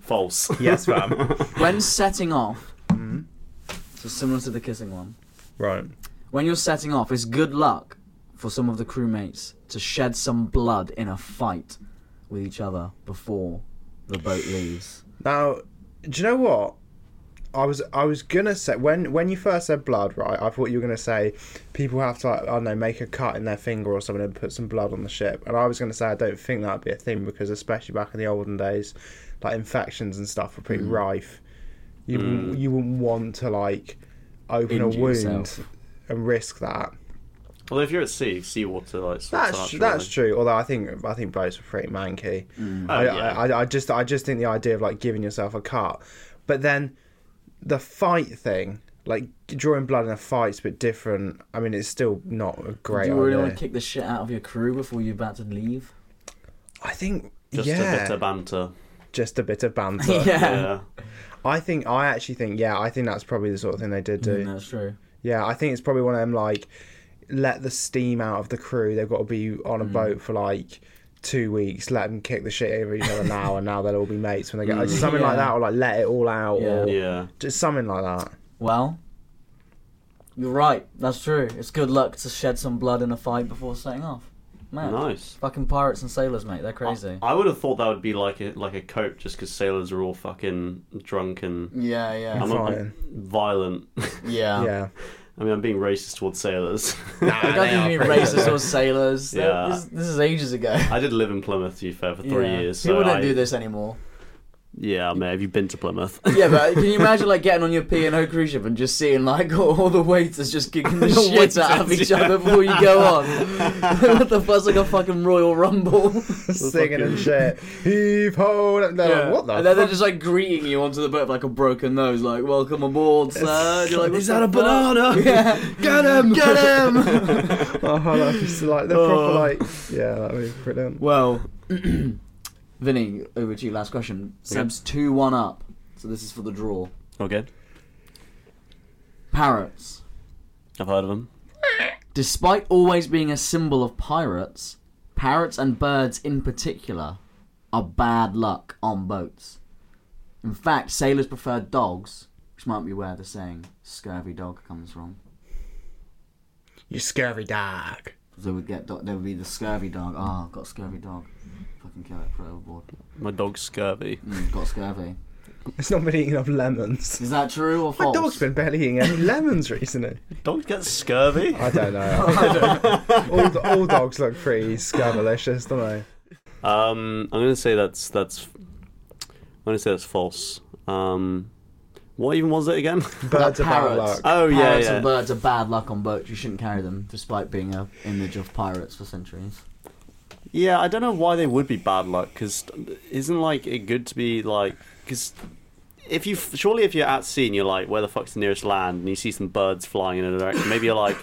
A: False.
C: Yes, fam.
B: When setting off, so similar to the kissing one,
C: right.
B: when you're setting off, it's good luck for some of the crewmates to shed some blood in a fight with each other before the boat leaves.
C: Now, do you know what? I was I was gonna say when when you first said blood, right? I thought you were gonna say people have to like, I don't know make a cut in their finger or something and put some blood on the ship. And I was gonna say I don't think that'd be a thing because especially back in the olden days, like infections and stuff were pretty
B: Mm.
C: rife. You wouldn't you wouldn't want to like open a
B: Injure
C: wound
B: yourself.
C: and risk that.
A: Although if you're at sea, seawater like sorts
C: That's
A: out,
C: tr-
A: surely.
C: that's true. Although I think I think boats are pretty manky. I,
A: Oh, yeah.
C: I, I, I just I just think the idea of like giving yourself a cut, but then the fight thing, like drawing blood in a fight's a bit different. I mean, it's still not a great
B: Do you really
C: idea.
B: want to kick the shit out of your crew before you're about to leave?
C: I think
A: Just
C: yeah,
A: a bit of banter.
C: just a bit of banter.
A: Yeah.
C: I think I actually think yeah, I think that's probably the sort of thing they did do.
B: Mm, that's true.
C: Yeah, I think it's probably one of them like let the steam out of the crew. They've got to be on a
B: Mm.
C: boat for like two weeks. Let them kick the shit over each other now, and now they'll all be mates when they get something like
B: Mm. Yeah.
C: that, or like let it all out, or
A: Yeah.
C: just something like that.
B: Well, you're right. That's true. It's good luck to shed some blood in a fight before setting off. Man,
A: Nice. Oh,
B: Fucking pirates and sailors, mate. They're crazy.
A: I would have thought that would be like a like a cope, just because sailors are all fucking drunk and
B: yeah, yeah,
A: I'm not, like,
C: Fine.
A: violent.
B: yeah.
C: yeah,
A: I mean, I'm being racist towards sailors.
B: I don't
C: They
B: think
C: are
B: you mean
C: pretty
B: racist
C: good.
B: or sailors.
A: Yeah.
B: This, this is ages ago.
A: I did live in Plymouth, to be fair, for three
B: Yeah.
A: years.
B: People
A: so
B: don't
A: I-
B: do this anymore.
A: Yeah, mate. Have you been to Plymouth?
B: Yeah, but can you imagine like getting on your P and O cruise ship and just seeing like all, all the waiters just kicking the, shit out of each
A: waiters, yeah.
B: other before you go on? what the fuck's like a fucking Royal Rumble?
C: singing and shit. Heave ho! and They're
B: Yeah.
C: like, what the?
B: And then they're
C: fuck?
B: just like greeting you onto the boat with like a broken nose, like "Welcome aboard, sir." And you're like,
A: Is
B: "What
A: that a
B: the fuck?"
A: banana?
B: Yeah.
A: Get him!
B: Get him!
C: oh, that's just like they're proper like yeah, that'd be brilliant.
B: well, Vinny, over to you. Last question. Seb's two one up, so this is for the draw.
A: Okay,
B: Parrots,
A: I've heard of them.
B: despite always being a symbol of pirates, parrots and birds in particular are bad luck on boats. In fact, sailors prefer dogs, which might be where the saying "scurvy dog" comes from.
C: You scurvy dog.
B: They would get dog. They would be the scurvy dog. Ah, I've got a scurvy dog. Fucking kill it, put it overboard.
A: My dog's scurvy.
B: Mm, got scurvy.
C: It's not been eating enough lemons.
B: Is that true or
C: My
B: false?
C: dog's been barely eating any lemons recently.
A: Dogs get scurvy?
C: I don't know. all, do- all dogs look pretty scurvilicious, don't they?
A: Um, I'm gonna say that's that's. I'm gonna say that's false. Um, what even was it again?
C: Birds are bad
B: parrots.
C: luck.
A: oh yeah,
B: Parrots and
A: yeah.
B: birds are bad luck on boats. You shouldn't carry them, despite being a image of pirates for centuries.
A: Yeah, I don't know why they would be bad luck. Because isn't like it good to be like because. If you surely if you're at sea and you're like, where the fuck's the nearest land, and you see some birds flying in a direction, maybe you're like,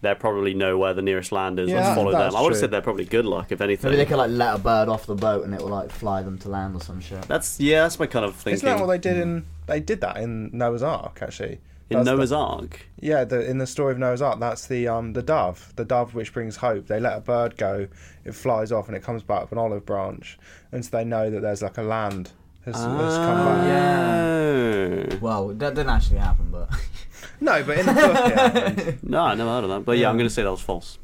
A: they probably know where the nearest land is.
C: Yeah,
A: Let's follow them.
C: that's
A: I would have
C: true.
A: said they're probably good luck if anything.
B: Maybe they could like let a bird off the boat and it will like fly them to land or some shit.
A: That's yeah, that's my kind of thinking.
C: Isn't that what they did in? They did that in Noah's Ark, actually.
A: Hmm. in
C: That's
A: Noah's
C: the,
A: Ark.
C: Yeah, the, in the story of Noah's Ark, that's the um the dove, the dove which brings hope. They let a bird go, it flies off, and it comes back with an olive branch, and so they know that there's like a land has, has come
A: Ah,
C: back.
A: Yeah.
B: Well, that didn't actually happen, but
C: No, but in the book, it happened.
A: No, I never heard of that. But yeah, I'm going to say that was false.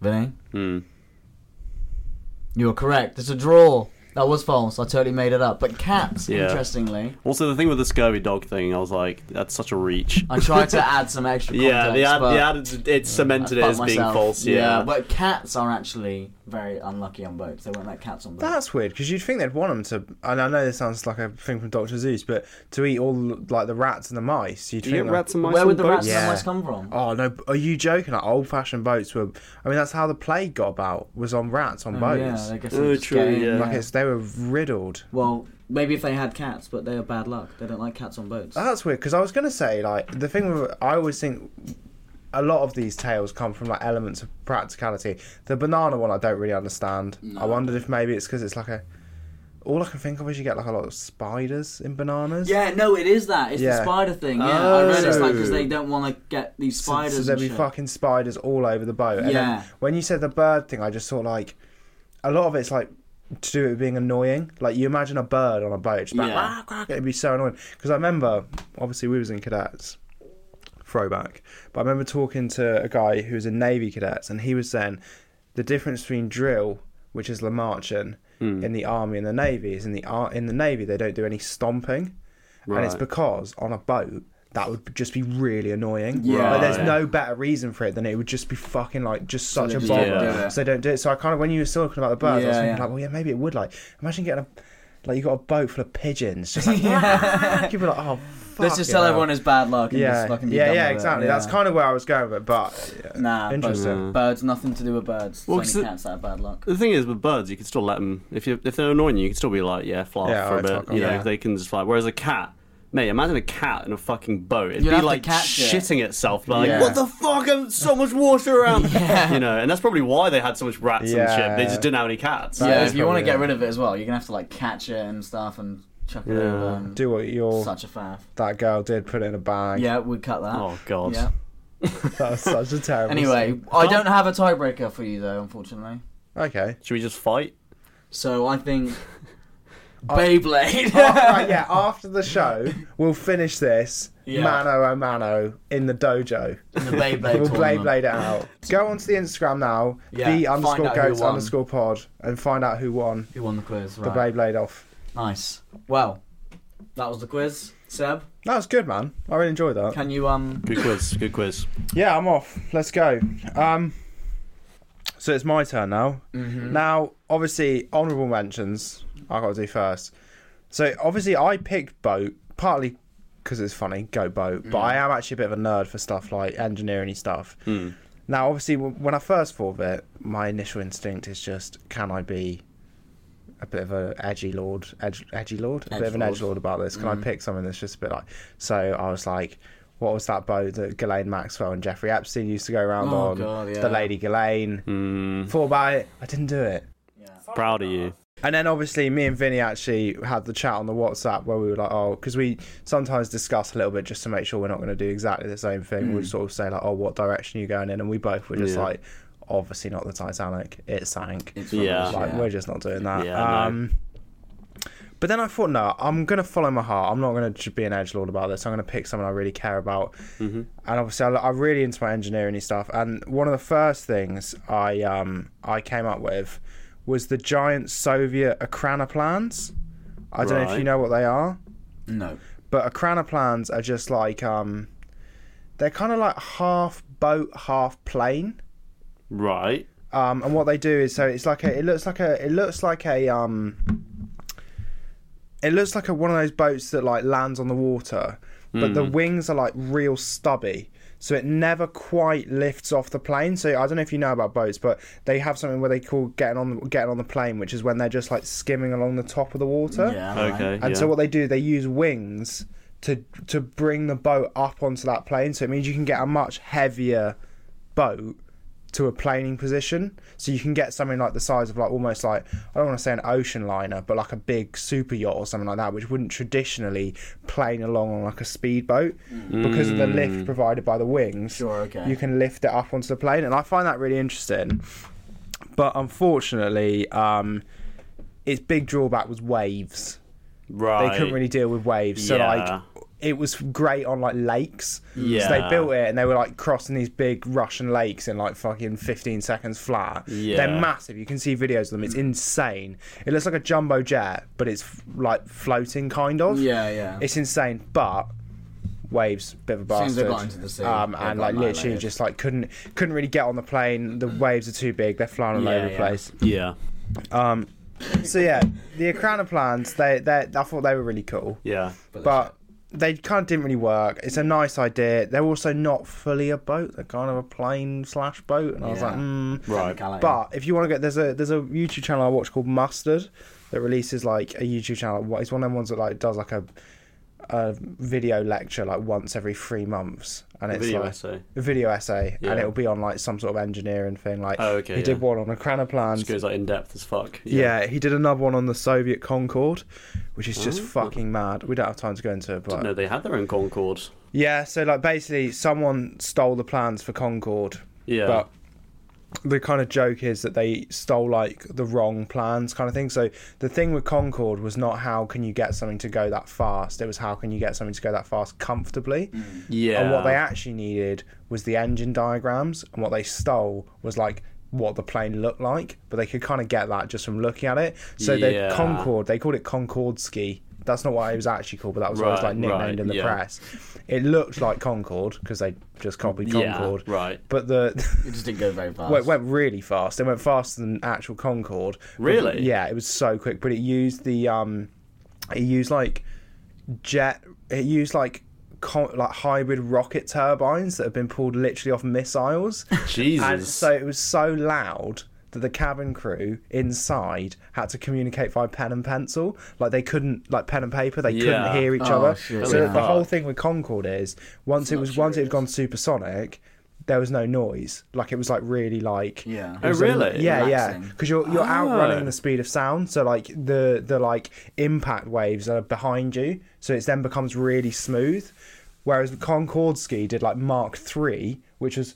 B: Vinny,
A: Hmm.
B: you were correct. It's a draw. That was false. I totally made it up. But cats,
A: Yeah.
B: interestingly,
A: Also, the thing with the Scurvy Dog thing, I was like, that's such a reach.
B: I tried to add some extra context.
A: yeah, the ad,
B: but
A: the ad, it's cemented it
B: fuck
A: as being
B: myself.
A: false. Yeah.
B: but cats are actually very unlucky on boats. They won't let cats on boats.
C: That's weird because you'd think they'd want them to. And I know this sounds like a thing from Doctor Zeus, but to eat all like the rats and the mice, you'd
D: Do you
C: think
D: get
C: that-
D: rats and mice
B: Where
D: on
B: would the rats
D: boats?
B: and
C: Yeah.
B: the mice come from?
C: Oh no! Are you joking? Like old-fashioned boats were. I mean, that's how the plague got about. Was on rats on
B: Oh,
C: boats.
B: Yeah, I guess
A: Oh,
B: they just
A: true,
B: get in,
A: yeah.
C: Like it's, they were riddled.
B: Well, maybe if they had cats, but they are bad luck. They don't like cats on boats.
C: That's weird because I was gonna say like the thing with I always think a lot of these tales come from like elements of practicality. The banana one I don't really understand. I wondered if maybe it's because it's like a. All I can think of is you get like a lot of spiders in bananas.
B: Yeah, no, it is that. It's the
C: Yeah.
B: spider thing. Yeah, I read it's like because
A: Oh.
B: they don't want to get these
C: So-
B: spiders.
C: So, there'd
B: and
C: be
B: shit.
C: fucking spiders all over the boat. And
B: Yeah.
C: then when you said the bird thing, I just thought like a lot of it's like to do with it being annoying. Like you imagine a bird on a boat, just like,
B: Yeah.
C: "Ah, quack," it'd be so annoying. Because I remember, obviously, we was in cadets, throwback. But I remember talking to a guy who was in Navy cadets, and he was saying the difference between drill, which is La Marching,
B: Hmm.
C: in the army and the navy is in the ar- in the navy they don't do any stomping, and it's
A: Right.
C: because on a boat. That would just be really annoying.
B: Yeah.
C: Like, there's
A: Right.
C: no better reason for it than it would just be fucking like just such
B: they
C: a
B: just
C: bother.
A: don't
B: do it.
C: So they don't do it. So I kind of when you were still talking about the birds, I was
B: Yeah,
C: thinking
B: yeah.
C: like, well, yeah, maybe it would. Like, imagine getting a like you got a boat full of pigeons, just like yeah. you'd be like, oh, fuck
B: Let's just tell
C: yeah.
B: everyone it's bad luck. And
C: Yeah,
B: just fucking be
C: yeah,
B: done
C: yeah,
B: with it.
C: exactly.
B: Yeah.
C: That's kind of where I was going with it, but yeah.
B: Nah,
C: Interesting.
B: Birds, birds, nothing to do with birds.
A: Well,
B: it's
A: 'cause
B: only
A: it-
B: cats that are bad luck.
A: The thing is, with birds, you can still let them. If you if they're annoying you, you can still be like, yeah, fly off
C: Yeah,
A: for a
C: alright,
A: bit.
C: fuck off.
A: you know,
C: Yeah.
A: they can just fly. Whereas a cat, mate, imagine a cat in a fucking boat. It'd
B: You'd have
A: be
B: to
A: like
B: catch it.
A: shitting itself. Like,
B: Yeah.
A: what the fuck? I'm so much water around. You know, and that's probably why they had so much rats and shit.
C: Yeah.
A: They just didn't have any cats.
B: Yeah,
C: is
B: if you want to
C: probably
B: get
C: it.
B: rid of it as well, you're gonna have to like catch it and stuff and chuck it over. And
C: do what your
B: such a faff.
C: that girl did, put it in a bag.
B: Yeah, we cut that.
A: Oh god.
B: Yeah.
C: that was such a terrible.
B: Anyway, I don't have a tiebreaker for you though, unfortunately.
C: okay.
A: Should we just fight?
B: So I think
C: Oh.
B: Beyblade.
C: Right, yeah, after the show, we'll finish this
B: Yeah.
C: mano a mano in the dojo.
B: the Beyblade.
C: We'll blade
B: tournament.
C: blade it out. Go onto the Instagram now,
B: Yeah,
C: the
B: find
C: underscore
B: out who
C: goats
B: won.
C: underscore pod, and find out who won
B: Who won the quiz?
C: the
B: Right.
C: blade blade off.
B: Nice. Well, that was the quiz. Seb,
C: That was good, man. I really enjoyed that.
B: can you um?
A: Good quiz. Good quiz.
C: Yeah, I'm off. Let's go. Um, so it's my turn now. Now, obviously, honourable mentions. I got to do first. So obviously, I picked boat partly because it's funny, go boat. But I am actually a bit of a nerd for stuff like engineering stuff. Now, obviously, w- when I first thought of it, my initial instinct is just, can I be a bit of a edgy lord, edge, edgy lord, a bit of an edge lord Mm. about this? Can I pick something that's just a bit like? So I was like, what was that boat that Ghislaine Maxwell and Jeffrey Epstein used to go around
B: Oh,
C: on?
B: God, yeah.
C: The Lady Ghislaine. Thought about it. I didn't do it.
A: Proud of you.
C: And then obviously me and Vinny actually had the chat on the WhatsApp where we were like, oh, because we sometimes discuss a little bit just to make sure we're not going to do exactly the same thing. We'd sort of say like, oh, what direction are you going in? And we both were just
A: Yeah.
C: like, obviously not the Titanic. It sank.
A: Yeah.
C: like we're just not doing that.
A: Yeah, I know.
C: um, but then I thought, no, I'm gonna follow my heart. I'm not gonna j- be an edge lord about this. I'm gonna pick someone I really care about.
A: Mm-hmm.
C: And obviously, I, I'm really into my engineering and stuff. And one of the first things I um I came up with was the giant Soviet Akranoplans. I don't know if
A: Right.
C: you know what they are,
B: No.
C: but Akranoplans are just like um, they're kind of like half boat, half plane.
A: Right.
C: Um, and what they do is so it's like a it looks like a it looks like a um it looks like a one of those boats that like lands on the water, but the wings are like real stubby. So it never quite lifts off the plane. So I don't know if you know about boats, but they have something where they call getting on getting on the plane, which is when they're just like skimming along the top of the water.
B: Yeah. right.
A: Okay.
C: And
A: yeah.
C: so what they do, they use wings to to bring the boat up onto that plane. So it means you can get a much heavier boat to a planing position. So you can get something like the size of like almost like I don't want to say an ocean liner, but like a big super yacht or something like that, which wouldn't traditionally plane along on like a speedboat because of
A: Mm.
C: the lift provided by the wings.
B: Mm. Sure, okay.
C: You can lift it up onto the plane, and I find that really interesting. But unfortunately, um, its big drawback was waves
A: right.
C: they couldn't really deal with waves. So
A: Yeah.
C: like it was great on like lakes.
A: Yeah.
C: So they built it and they were like crossing these big Russian lakes in like fucking 15 seconds flat.
A: Yeah.
C: They're massive. You can see videos of them. It's insane. It looks like a jumbo jet, but it's f- like floating kind of.
B: Yeah, yeah.
C: It's insane, but waves bit of a
B: Soon as they
C: bastard.
B: got into the sea,
C: um,
B: they
C: and
B: got
C: like literally
B: annihilated.
C: just like couldn't couldn't really get on the plane. The waves are too big. They're flying all
B: Yeah,
C: over the
B: yeah.
C: place.
A: Yeah.
C: So yeah, the Akrana plans. They they I thought they were really cool
A: Yeah.
C: but they kind of didn't really work. It's a nice idea. They're also not fully a boat. They're kind of a plane slash boat, and I was
B: Yeah.
C: like, mm.
A: Right.
B: Technicality.
C: But if you want to get there's a there's a YouTube channel I watch called Mustard that releases like a YouTube channel. What it's one of them ones that like does like a a video lecture like once every three months, and it's
A: Video
C: like,
A: essay.
C: a video essay,
A: Yeah.
C: and it'll be on like some sort of engineering thing. Like
A: Oh, okay,
C: he
A: yeah.
C: did one on a plans.
A: Just goes like in depth as fuck.
C: Yeah. he did another one on the Soviet Concorde, which is
A: Oh.
C: just fucking mad. We don't have time to go into it, but
A: No, they had their own Concorde.
C: yeah, so like basically someone stole the plans for Concord.
A: Yeah.
C: But the kind of joke is that they stole like the wrong plans kind of thing. So the thing with Concord was not how can you get something to go that fast, it was how can you get something to go that fast comfortably.
A: Yeah.
C: And what they actually needed was the engine diagrams and what they stole was like what the plane looked like, but they could kind of get that just from looking at it. So
A: Yeah.
C: the Concorde, they called it Concorde ski. That's not what it was actually called, but that was was
A: Right,
C: like nicknamed
A: right,
C: in the
A: yeah.
C: press. It looked like Concorde because they just copied
A: Yeah,
C: Concorde.
A: right.
C: But the
B: it just didn't go very fast.
C: well, it went really fast. It went faster than actual Concorde. But-
A: Really?
C: yeah, it was so quick. But it used the um, it used like jet. It used like. Con- like hybrid rocket turbines that have been pulled literally off missiles.
A: Jesus.
C: And so it was so loud that the cabin crew inside had to communicate via pen and pencil. Like they couldn't, like pen and paper, they
A: Yeah.
C: couldn't hear each
B: Oh,
C: other.
B: shit.
C: So
A: Yeah.
C: the whole thing with Concorde is once it was once it had gone supersonic, there was no noise. Like it was like really like
B: Yeah.
C: it was
A: Oh,
C: a-
A: really?
C: yeah, yeah.
B: Relaxing.
C: Because you're you're
A: Oh.
C: outrunning the speed of sound, so like the the like impact waves are behind you, so it then becomes really smooth. Whereas the Concorde ski did like Mark three, which was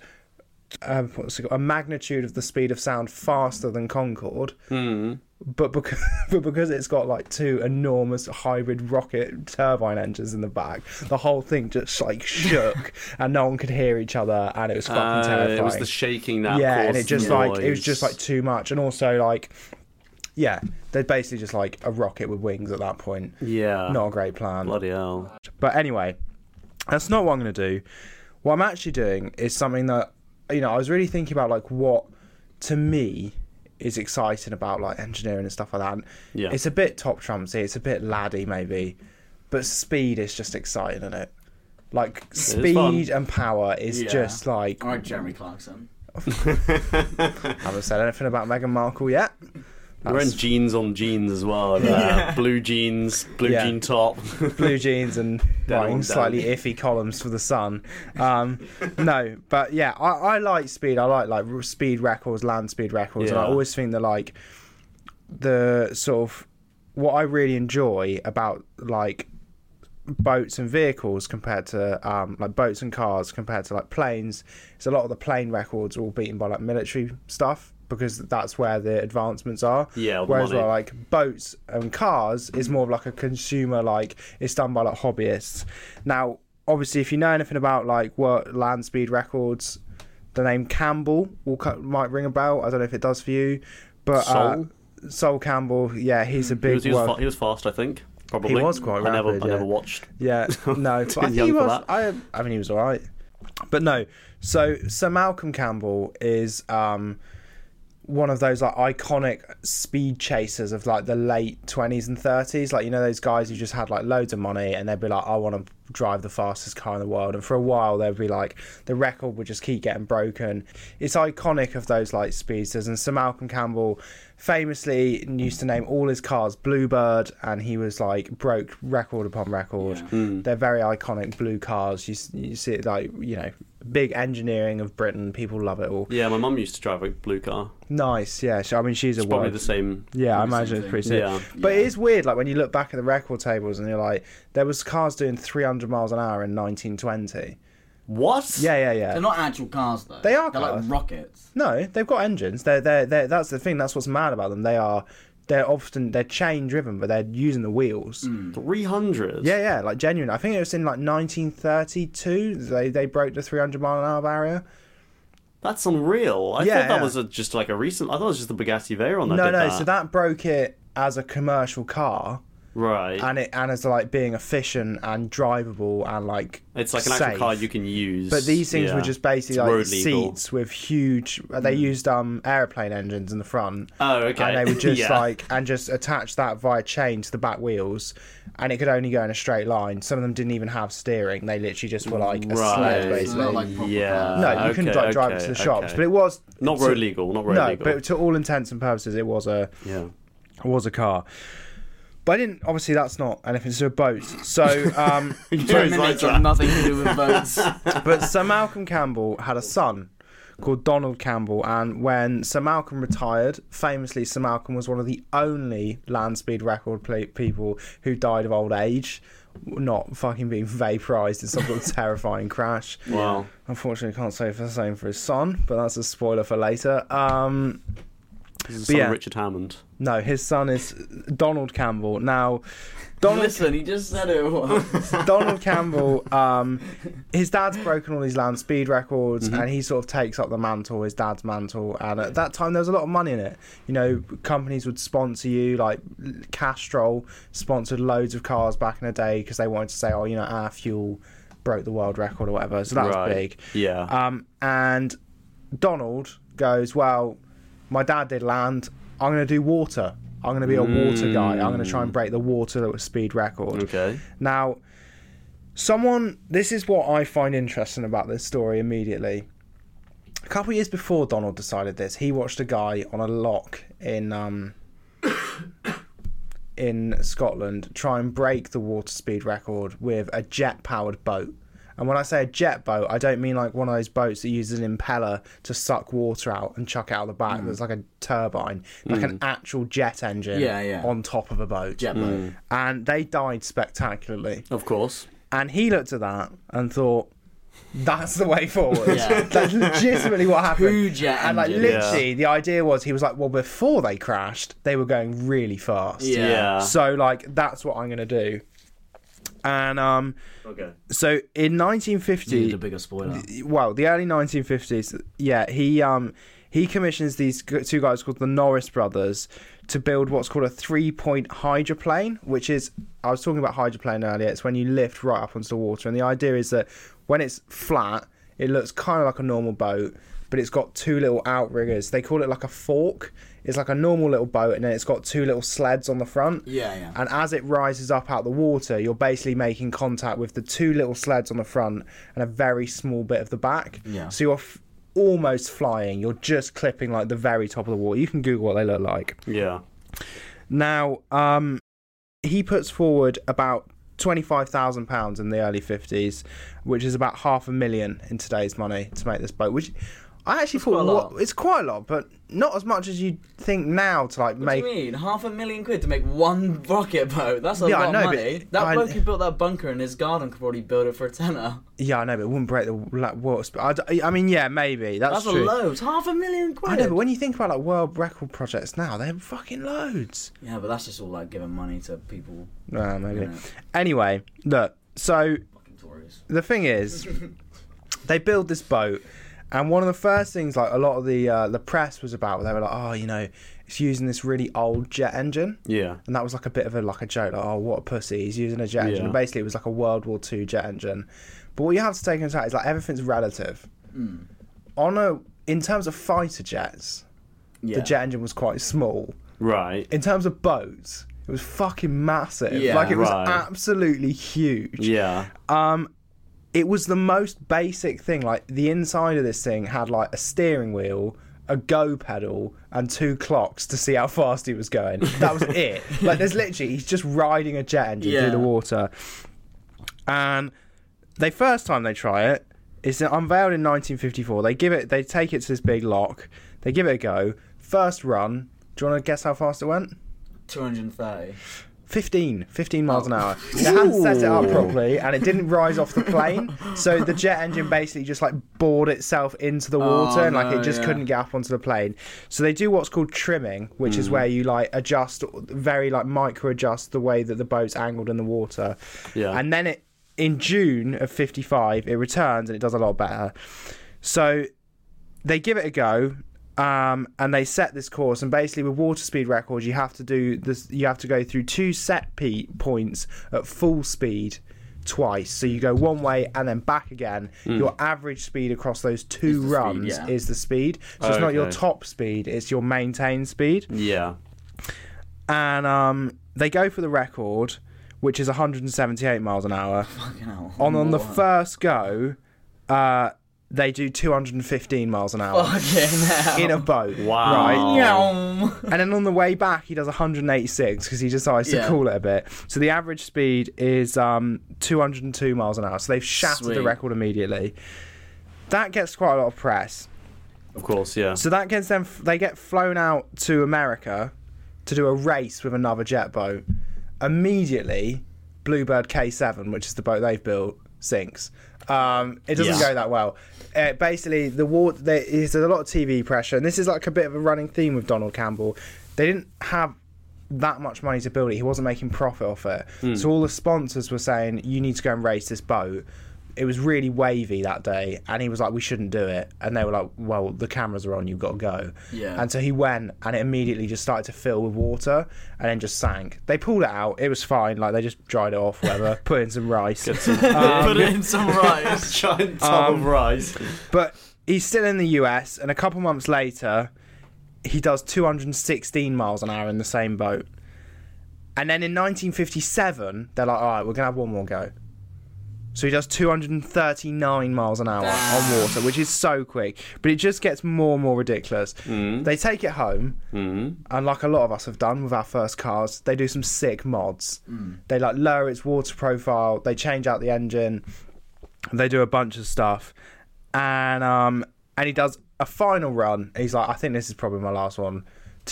C: um, what's it called? a magnitude of the speed of sound faster than Concorde.
A: Hmm.
C: But because but because it's got like two enormous hybrid rocket turbine engines in the back, the whole thing just like shook, and no one could hear each other, and it was fucking
A: Uh,
C: terrifying
A: it was the shaking that
C: yeah and it
A: caused
C: just
A: the
C: like it was
A: noise.
C: just like too much and also like yeah they're basically just like a rocket with wings at that point
A: Yeah.
C: not a great plan
A: bloody hell.
C: but anyway that's not what i'm going to do what i'm actually doing is something that you know i was really thinking about like what to me is exciting about like engineering and stuff like that And
A: Yeah.
C: it's a bit top trumpsy it's a bit laddie maybe but speed is just exciting in it like
A: fun.
C: speed and power is
B: Yeah.
C: just like
B: All right, Jeremy Clarkson.
C: haven't said anything about Meghan Markle yet.
A: We're in jeans on jeans as well. and, uh, Blue jeans, blue
C: Yeah.
A: jean top.
C: Blue jeans and writing
A: done.
C: slightly iffy columns for the Sun. Um, no, but yeah, I, I like speed. I like like r- speed records, land speed records, and I
A: Yeah.
C: always think that like the sort of what I really enjoy about like boats and vehicles compared to um, like boats and cars compared to like planes is a lot of the plane records are all beaten by like military stuff because that's where the advancements are.
A: Yeah, all the
C: Whereas
A: money.
C: well, like boats and cars is more of like a consumer like it's done by like hobbyists. Now obviously if you know anything about like what land speed records, the name Campbell will co- might ring a bell. I don't know if it does for you, but
A: Sol?
C: uh, Sol Campbell, yeah, he's a big
A: He was, he, was
C: world-
A: fa- he was fast, I think. Probably.
C: was quite
A: I never,
C: rapid,
A: I
C: yeah.
A: never watched.
C: Yeah, no, I think
A: young
C: he
A: for
C: was.
A: that.
C: I, I mean, he was all right, but no. So Sir Malcolm Campbell is um, one of those like iconic speed chasers of like the late twenties and thirties. Like you know those guys who just had like loads of money and they'd be like, I want to drive the fastest car in the world. And for a while they'd be like, the record would just keep getting broken. It's iconic of those like speedsters. And Sir Malcolm Campbell famously used to name all his cars Bluebird, and he was like broke record upon record.
A: Hmm.
C: They're very iconic blue cars. You s- you see it like you know big engineering of Britain. People love it all.
A: Yeah, my mum used to drive a blue car.
C: Nice, yeah. So I mean, she's a
A: It's probably
C: world-
A: the same.
C: yeah, I
B: same
C: imagine it's
B: thing.
C: pretty similar.
A: Yeah.
C: But it is weird, like when you look back at the record tables and you're like, there was cars doing 300 miles an hour in 1920.
A: What?
C: Yeah, yeah, yeah.
B: They're not actual cars though.
C: They are
B: They're
C: cars.
B: like rockets.
C: no, they've got engines. They're, they're, they're, that's the thing. That's what's mad about them. They are they're often they're chain driven, but they're using the wheels.
A: Mm. 300?
C: Yeah, yeah, like genuine. I think it was in like 1932 they they broke the 300 mile an hour barrier.
A: That's unreal. I
C: Yeah,
A: thought that
C: yeah.
A: was a, just like a recent. I thought it was just the Bugatti Veyron that
C: no,
A: did
C: no.
A: that.
C: So that broke it as a commercial car,
A: Right.
C: and it and as like being efficient and drivable and like
A: it's like an actual
C: safe.
A: car you can use.
C: But these things were
A: Yeah.
C: just basically
A: It's road
C: like
A: legal. Hmm.
C: seats with huge. They used um airplane engines in the front.
A: Oh, okay.
C: And they would just
A: Yeah.
C: like and just attach that via chain to the back wheels, and it could only go in a straight line. Some of them didn't even have steering. They literally just were like a sled,
A: Right.
C: basically.
E: Not like proper
A: Yeah.
E: cars.
C: no, you couldn't
A: okay,
C: like, drive it to
A: okay,
C: the shops,
A: okay.
C: but it was
A: Not
C: to-
A: road legal, not road
C: no,
A: legal.
C: but to all intents and purposes, it was a
A: yeah.
C: was a car. But I didn't. Obviously, that's not anything. It's a boat. So, um,
A: Two
B: Minutes have nothing to do with boats.
C: but Sir Malcolm Campbell had a son called Donald Campbell, and when Sir Malcolm retired, famously, Sir Malcolm was one of the only land speed record ple- people who died of old age, not fucking being vaporized in some sort of terrifying crash.
A: Wow.
C: Unfortunately, can't say for the same for his son, but that's a spoiler for later. Um,
A: This is
C: But
A: son
C: yeah.
A: of Richard Hammond.
C: no, his son is Donald Campbell. Now, Donald
B: Listen, he just said it was.
C: Donald Campbell, um, his dad's broken all these land speed records,
A: Mm-hmm.
C: and he sort of takes up the mantle, his dad's mantle. And at that time, there was a lot of money in it. You know, companies would sponsor you, like Castrol sponsored loads of cars back in the day because they wanted to say, oh, you know, our fuel broke the world record or whatever. So that was
A: Right.
C: big.
A: Yeah.
C: Um, and Donald goes, well, my dad did land. I'm going to do water. I'm going to be a water guy. I'm going to try and break the water speed record.
A: Mm. Okay.
C: Now, someone, this is what I find interesting about this story immediately. A couple of years before Donald decided this, he watched a guy on a lock in um, in Scotland try and break the water speed record with a jet powered boat. And when I say a jet boat, I don't mean like one of those boats that uses an impeller to suck water out and chuck it out the back.
B: Hmm.
C: There's like a turbine, like an actual jet engine
B: Yeah, yeah.
C: on top of a boat
B: Jet boat.
C: and they died spectacularly.
A: Of course.
C: And he looked at that and thought, "That's the way forward.
B: Yeah.
C: That's legitimately what happened."
B: Who jet
C: and like
B: engine?
C: literally, the idea was he was like, "Well, before they crashed, they were going really fast.
B: Yeah.
A: Yeah.
C: So like, that's what I'm gonna do." And um,
A: Okay.
C: so in
B: Need
C: 1950,
B: a bigger spoiler.
C: well, the early 1950s. Yeah, he um he commissions these g- two guys called the Norris brothers to build what's called a three-point hydroplane, which is I was talking about hydroplane earlier. It's when you lift right up onto the water, and the idea is that when it's flat, it looks kind of like a normal boat, but it's got two little outriggers. They call it like a fork. It's like a normal little boat, and then it's got two little sleds on the front.
B: Yeah, yeah.
C: And as it rises up out the water, you're basically making contact with the two little sleds on the front and a very small bit of the back.
B: Yeah.
C: So you're f- almost flying. You're just clipping like the very top of the water. You can Google what they look like.
A: Yeah.
C: Now, um, he puts forward about twenty-five thousand pounds in the early fifties, which is about half a million in today's money to make this boat. Which I actually
B: quite a
C: thought
B: lot.
C: wa- it's quite a lot, but not as much as you think now to like
B: What
C: make.
B: do you mean? Half a million quid to make one rocket boat? That's a
C: Yeah, I
B: lot
C: know,
B: of money.
C: but
B: That
C: I-
B: bloke who built that bunker in his garden could probably build it for a tenner.
C: Yeah, I know, but it wouldn't break the like, water. But I, d- I mean, yeah, maybe that's,
B: That's, a
C: true.
B: load. Half a million quid.
C: I know, but when you think about like world record projects now, they're fucking loads.
B: Yeah, but that's just all like giving money to people.
C: Ah, maybe.
B: Yeah.
C: Anyway, look. So
B: Fucking Tories.
C: the thing is, they build this boat, and one of the first things like a lot of the uh, the press was about. They were like, oh, you know, it's using this really old jet engine.
A: Yeah.
C: and that was like a bit of a like a joke, like oh what a pussy, he's using a jet engine.
A: Yeah.
C: Basically, it was like a World War II jet engine. But what you have to take into account is like everything's relative.
A: Hmm.
C: On a in terms of fighter jets,
B: Yeah.
C: the jet engine was quite small.
A: Right.
C: In terms of boats, it was fucking massive.
B: Yeah.
C: like it was
A: Right.
C: absolutely huge
A: Yeah.
C: it was the most basic thing. Like the inside of this thing had like a steering wheel, a go pedal, and two clocks to see how fast he was going. That was it. Like there's literally he's just riding a jet engine
B: Yeah.
C: through the water. And they first time they try it, it's unveiled in 1954. They give it, they take it to this big lock. They give it a go. First run. Do you want to guess how fast it went?
B: 230.
C: 15, 15 miles an
B: Oh.
C: hour. They hadn't set it up properly, and it didn't rise off the plane, so the jet engine basically just like bored itself into the water, and like
B: Oh, no,
C: it just
B: yeah.
C: couldn't get up onto the plane. So they do what's called trimming, which
B: Hmm.
C: is where you like adjust, very like micro adjust the way that the boat's angled in the water.
A: Yeah.
C: And then it in June of 55, it returns and it does a lot better. So they give it a go um, and they set this course and basically with water speed records you have to do this you have to go through two set pe- points at full speed twice so you go one way and then back again your average speed across those two
B: Hmm. the speed,
C: runs
B: yeah.
C: is the speed so it's not your
A: Okay.
C: top speed it's your maintained speed
A: Yeah.
C: and um, they go for the record which is 178 miles an hour
B: Fucking hell.
C: on on the first go uh, they do 215 miles an hour
B: Fucking hell.
C: in a boat right
A: Wow.
B: Meow.
C: and then on the way back, he does 186 because he decides to
B: Yeah.
C: cool it a bit. So the average speed is um, 202 miles an hour. So they've shattered
B: Sweet.
C: the record immediately. That gets quite a lot of press.
A: Of course, yeah.
C: So that gets them. They get flown out to America to do a race with another jet boat. Immediately, Bluebird K7, which is the boat they've built, sinks. Um, it doesn't
A: Yeah.
C: go that well. Uh, basically, the war there is there's a lot of TV pressure, and this is like a bit of a running theme with Donald Campbell. They didn't have that much money to build it. He wasn't making profit off it. So all the sponsors were saying, "You need to go and race this boat." It was really wavy that day, and he was like, "We shouldn't do it." And they were like, "Well, the cameras are on. You've got to go."
B: Yeah.
C: And so he went, and it immediately just started to fill with water, and then just sank. They pulled it out. It was fine. Like they just dried it off, whatever. put in some rice.
B: Put it in some rice. Uh,
A: Giant tub of rice.
C: But he's still in the US, and a couple months later, he does 216 miles an hour in the same boat. And then in 1957, they're like, all right, we're going to have one more go. So he does 239 miles an hour on water, which is so quick. But it just gets more and more ridiculous. They take it home, and like a lot of us have done with our first cars, they do some sick mods. They like lower its water profile, they change out the engine, they do a bunch of stuff and um and he does a final run he's like i think this is probably my last one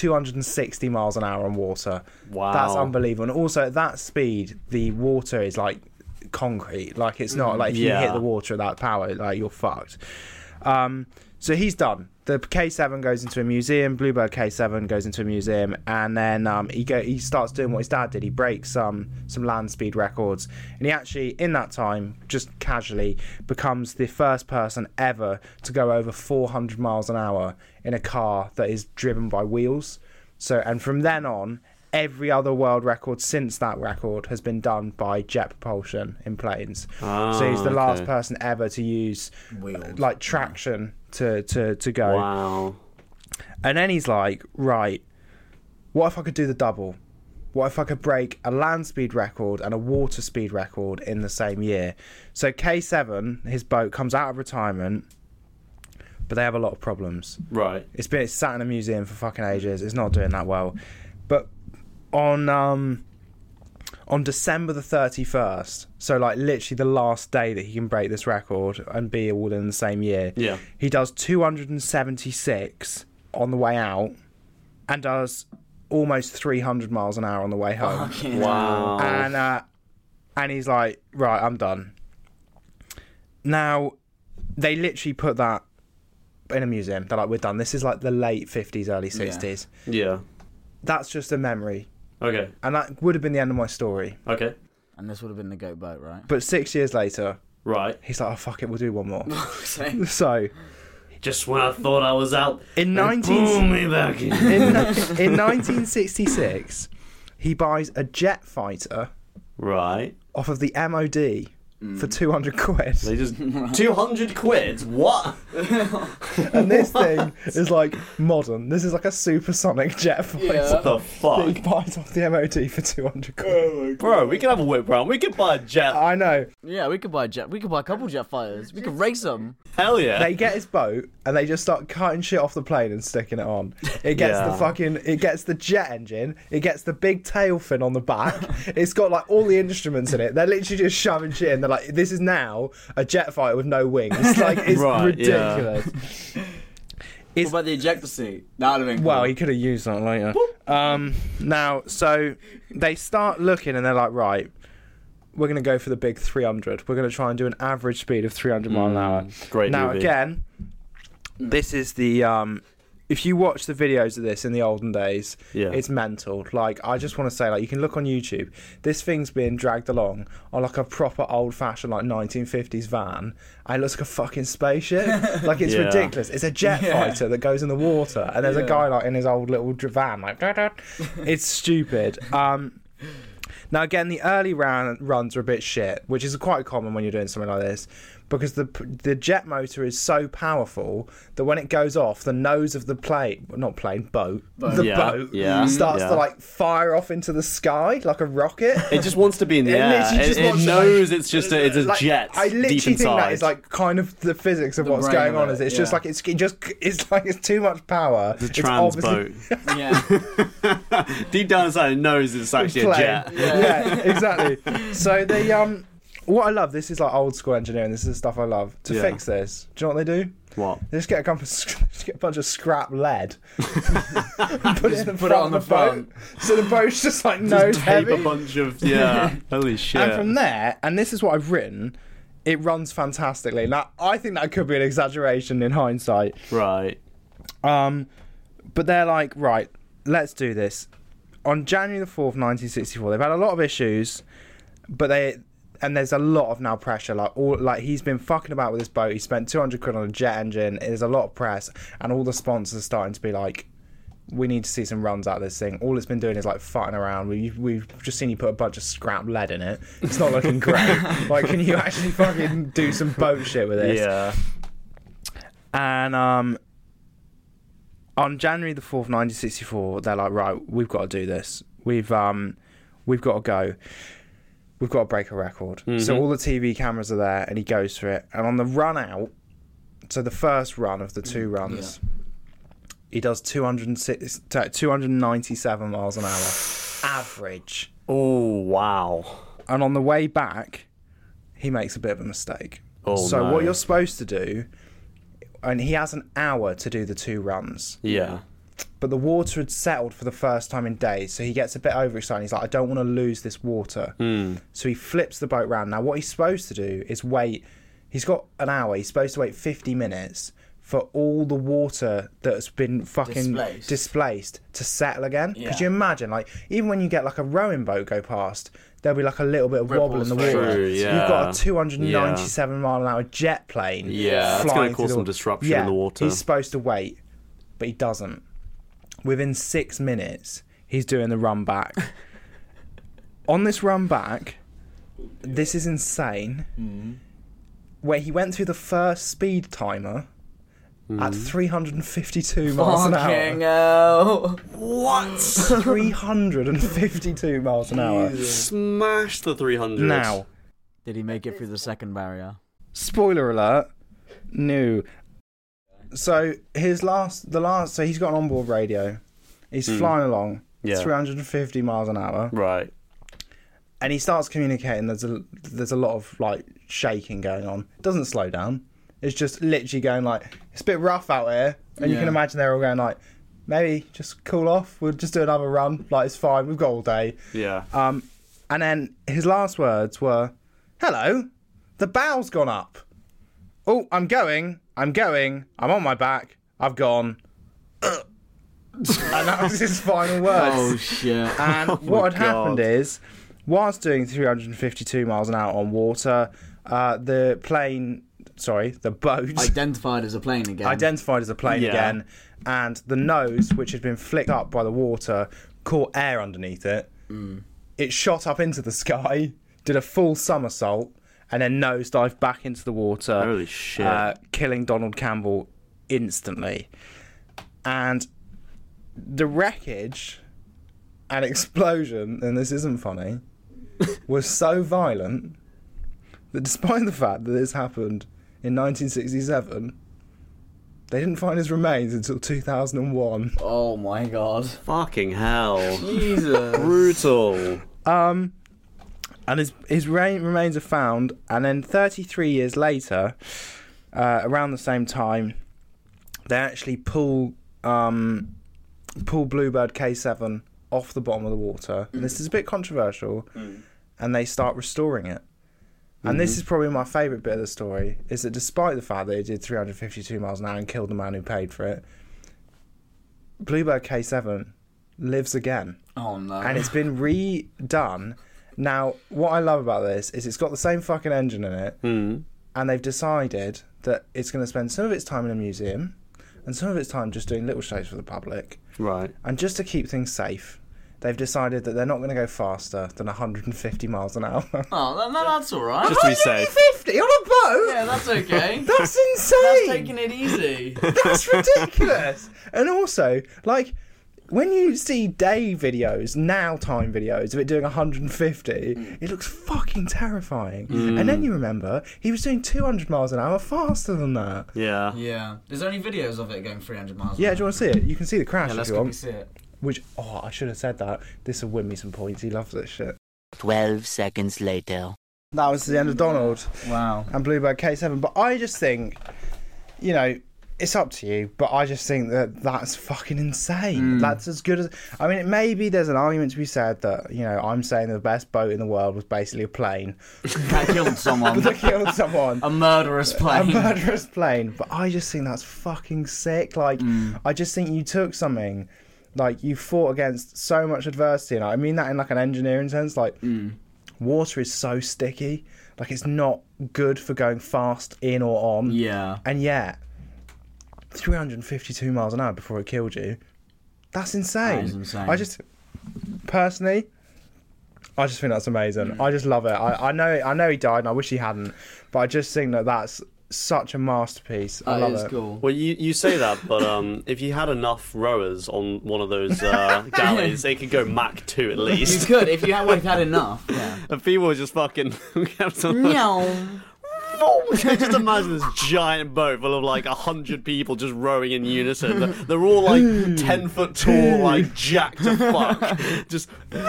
C: 260 miles an hour on water
A: Wow.
C: that's unbelievable and also at that speed the water is like concrete like it's not like if
A: Yeah.
C: you hit the water at that power like you're fucked um so he's done the k7 goes into a museum bluebird k7 goes into a museum and then um he go he starts doing what his dad did he breaks um some land speed records and he actually in that time just casually becomes the first person ever to go over 400 miles an hour in a car that is driven by wheels so and from then on every other world record since that record has been done by jet propulsion in planes so he's the last person ever to use
B: Wheels.
C: like traction to to to go
A: Wow.
C: and then he's like, right, what if I could do the double? What if I could break a land speed record and a water speed record in the same year? So K7, his boat, comes out of retirement, but they have a lot of problems.
A: Right.
C: It's been it's sat in a museum for fucking ages. It's not doing that well. But on um on December the 31st, so like literally the last day that he can break this record and be all in the same year.
A: Yeah.
C: He does 276 on the way out and does almost 300 miles an hour on the way home
A: Wow.
C: and uh, and he's like, right, I'm done. Now, they literally put that in a museum. They're like, we're done. This is like the late fifties, early sixties.
A: yeah.
C: That's just a memory,
A: Okay.
C: and that would have been the end of my story.
A: Okay.
B: And this would have been the goat boat, right?
C: But six years later,
A: Right.
C: he's like, oh fuck it, we'll do one more.
B: Same.
C: so
A: Just when I thought I was out,
C: in nineteen
A: boom me back in.
C: in, in nineteen sixty six, he buys a jet fighter
A: right.
C: off of the MOD for
B: Mm.
C: two hundred quid.
A: They just two hundred quid. What?
C: And this thing is like modern. This is like a supersonic jet fighter.
B: Yeah.
A: The
C: He
A: fuck,
C: buys off the MOT for 200 quid.
A: bro? We could have a whip round. We could buy a jet.
C: I know.
B: Yeah, we could buy a jet. We could buy a couple jet fighters. We could race them.
A: Hell yeah.
C: They get his boat and they just start cutting shit off the plane and sticking it on. It gets
A: Yeah.
C: the fucking, it gets the jet engine, it gets the big tail fin on the back. it's got like all the instruments in it. They're literally just shoving shit in. They're like, this is now a jet fighter with no wings. Like it's
A: Right, yeah.
C: ridiculous. Is-
E: What about the ejector seat? That would have been cool.
C: Well, he could have used that later. Um, now, so they start looking and they're like, right, we're going to go for the big 300. We're going to try and do an average speed of 300 mile an hour.
A: Mm, great
C: Now,
A: movie.
C: again, this is the. Um, if you watch the videos of this in the olden days,
A: Yeah.
C: it's mental. Like I just want to say, like you can look on YouTube. This thing's being dragged along on like a proper old-fashioned like 1950s van, and it looks like a fucking spaceship. like it's
A: Yeah.
C: ridiculous. It's a jet fighter that goes in the water, and there's a guy like in his old little dr- van, like "Dut, dut." it's stupid. Um, now again, the early round runs are a bit shit, which is quite common when you're doing something like this, because the p- the jet motor is so powerful that when it goes off, the nose of the plane, not plane, boat, the
A: Yeah,
C: boat
A: yeah,
C: starts to
A: yeah.
C: like fire off into the sky like a rocket.
A: It just wants to be in the
C: It
A: air.
C: literally
A: It,
C: just
A: it
C: wants to-
A: knows it's just a, it's a
C: Like,
A: jet
C: I literally
A: deep
C: think
A: inside.
C: that is like kind of the physics of what's
E: brain
C: going
E: of
C: on.
E: it,
C: Is it's just
E: yeah.
C: like it's it just it's like it's too much power.
D: The
C: It's
D: trans
C: obviously-
D: boat.
E: yeah.
A: deep down inside, it knows it's actually a
C: plane.
A: jet.
C: Yeah, exactly. So they um, what I love this is like old school engineering. This is the stuff I love. To
D: Yeah.
C: fix this, do you know what they do?
A: What?
C: They just get a, gump of, sc- just get a bunch of scrap lead, put it in the
E: put it
C: front
E: on
C: of the,
E: the
C: boat. So the boat's just like nose
A: Tape
C: heavy.
A: a bunch of yeah. Holy shit!
C: And from there, and this is what I've written, it runs fantastically. Now I think that could be an exaggeration in hindsight.
A: right.
C: Um, but they're like, right, let's do this. On January the fourth, nineteen sixty-four, they've had a lot of issues, but they and there's a lot of now pressure. Like all, like he's been fucking about with this boat. He spent two hundred quid on a jet engine. There's a lot of press, and all the sponsors are starting to be like. We need to see some runs out of this thing. All it's been doing is like farting around. We, we've just seen you put a bunch of scrap lead in it. It's not looking great. like, can you actually fucking do some boat shit with this?
A: Yeah.
C: And um, on January the fourth, nineteen sixty-four, they're like, right, we've got to do this. We've um, we've got to go. We've got to break a record. So all the TV cameras are there, and he goes for it. And on the run out, so the first run of the two runs, he does 206, t- 297 miles an hour, average.
A: Oh wow.
C: And on the way back, he makes a bit of a mistake.
A: Oh,
C: so
A: no.
C: what you're supposed to do, and he has an hour to do the two runs,
A: Yeah.
C: but the water had settled for the first time in days, so he gets a bit overexcited. He's like, I don't want to lose this water.
A: Hmm.
C: So he flips the boat round. Now what he's supposed to do is wait. He's got an hour. He's supposed to wait 50 minutes for all the water that's been fucking
E: Displaced.
C: displaced to settle again. Could
E: Yeah.
C: you imagine? Like even when you get like a rowing boat go past, there'll be like a little bit of wobble
E: Ripples
C: in the
E: through
C: water.
A: it. True,
C: You've got a
A: yeah.
C: 297 mile an hour jet plane.
A: Yeah, it's gonna
C: flying
A: cause
C: through the
A: some
C: wa-
A: disruption in the water.
C: He's supposed to wait, but he doesn't. Within six minutes, he's doing the run back. On this run back, this is insane.
A: Mm-hmm.
C: Where he went through the first speed timer
A: Mm-hmm.
C: at 352 miles an hour.
E: Fucking hell.
A: What?
C: 352 miles an hour.
A: Smash the 300.
C: Now,
B: Did he make it through the second barrier?
C: spoiler alert no so his last the last so he's got an onboard radio he's flying along
A: Yeah.
C: 350 miles an hour
A: Right.
C: and he starts communicating there's a there's a lot of like shaking going on doesn't slow down it's just literally going like it's a bit rough out here and you can
E: Yeah.
C: imagine they're all going like maybe just cool off we'll just do another run like it's fine we've got all day
A: Yeah.
C: um, and then his last words were, "Hello, the bow's gone up. Oh, I'm going. I'm going. I'm on my back. I've gone." and that was his final words.
E: Oh, shit.
C: And what
A: God.
C: had happened is, whilst doing 352 miles an hour on water, uh, the plane, sorry, the boat,
E: Identified as a plane again.
C: identified as a plane
A: Yeah.
C: again, and the nose, which had been flicked up by the water, caught air underneath it. It shot up into the sky, did a full somersault, and then nosedived back into the water.
A: Holy shit.
C: Uh, killing Donald Campbell instantly. And the wreckage and explosion, and this isn't funny, was so violent that despite the fact that this happened in 1967, they didn't find his remains until 2001.
E: oh, my God.
A: Fucking hell.
E: Jesus.
A: Brutal.
C: Um, and his his re- remains are found, and then 33 years later, uh, around the same time, they actually pull um, pull Bluebird K7 off the bottom of the water. And This is a bit controversial, and they start restoring it. And this is probably my favourite bit of the story is that despite the fact that it did 352 miles an hour and killed the man who paid for it, Bluebird K7 lives again
B: Oh no.
C: and it's been redone. Now, what I love about this is it's got the same fucking engine in it,
A: Hmm.
C: and they've decided that it's going to spend some of its time in a museum and some of its time just doing little shows for the public.
F: Right.
C: And just to keep things safe, they've decided that they're not going to go faster than 150 miles an hour.
B: oh, no, no, that's all right.
A: Just to be safe.
C: 50 on a boat?
B: yeah, that's okay.
C: That's
B: that's
C: insane!
B: taking it easy.
C: That's ridiculous. and also, like, when you see day videos, now time videos of it doing 150, it looks fucking terrifying. And then you remember he was doing 200 miles an hour faster than that.
A: Yeah.
B: Yeah. There's only videos of it going 300 miles.
C: Yeah,
B: an
C: do you want to see it? You can see the
B: hour.
C: crash
B: Yeah,
C: if
B: let's
C: you
B: quickly
C: want.
B: see it.
C: Which, oh, I should have said that. This will win me some points. He loves this shit.
G: 12 seconds later.
C: That was the end of Donald.
B: Wow.
C: and Bluebird K7. But I just think, you know, it's up to you. But I just think that that's fucking insane. That's as good as. I mean, maybe there's an argument to be said that you know I'm saying the best boat in the world was basically a plane
B: That killed someone.
C: that killed someone.
B: a murderous
C: A
B: plane.
C: murderous plane, but I just think that's fucking sick. Like, I just think you took something, like you fought against so much adversity, and I mean that in like an engineering sense. Like, water is so sticky, like it's not good for going fast in or on.
B: yeah.
C: And yet, 352 miles an hour before it killed you. That's insane.
B: is insane.
C: I just, personally, I just think that's amazing. I just love it. I, I know, I know he died, and I wish he hadn't, but I just think that that's such a masterpiece. I
B: That
C: love
B: is
C: it.
B: cool.
A: Well, you, you say that, but um, if you had enough rowers on one of those uh, galleys, it could go Mach 2 at
B: You
A: least.
B: could if you had, well, if you had enough. Yeah.
A: And people were just fucking.
B: Meow.
A: just imagine this giant boat full of like a hundred people just rowing in unison. They're, they're all like ten foot tall, like jacked to fuck. Just, just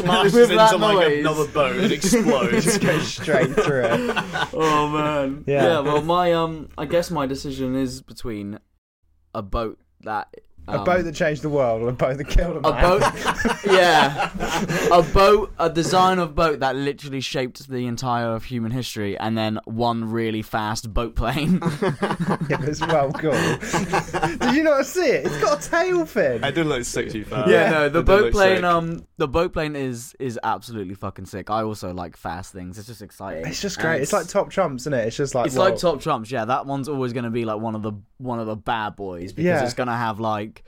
A: smashes
B: With
A: into
B: that
A: like
B: noise.
A: another boat and explodes.
C: Straight through it.
B: Oh man.
C: Yeah.
B: Well, my um, I guess my decision is between a boat that
C: A
B: um,
C: boat that changed the world, or a boat that killed a
B: a
C: man.
B: boat. yeah. A boat. A design of boat that literally shaped the entire of human history, and then one really fast boat plane.
C: It was well cool. Did you not see it? It's got a tail fin.
A: I did look sick too far.
B: yeah, no, the
A: It did look
B: boat plane.
A: sick.
B: Um, the boat plane is is absolutely fucking sick. I also like fast things. It's just exciting.
C: It's just
B: And
C: great. It's, like top trumps, isn't it? It's just like
B: It's
C: well,
B: like top trumps. Yeah, that one's always going to be like one of the one of the bad boys because
C: Yeah.
B: it's going to have like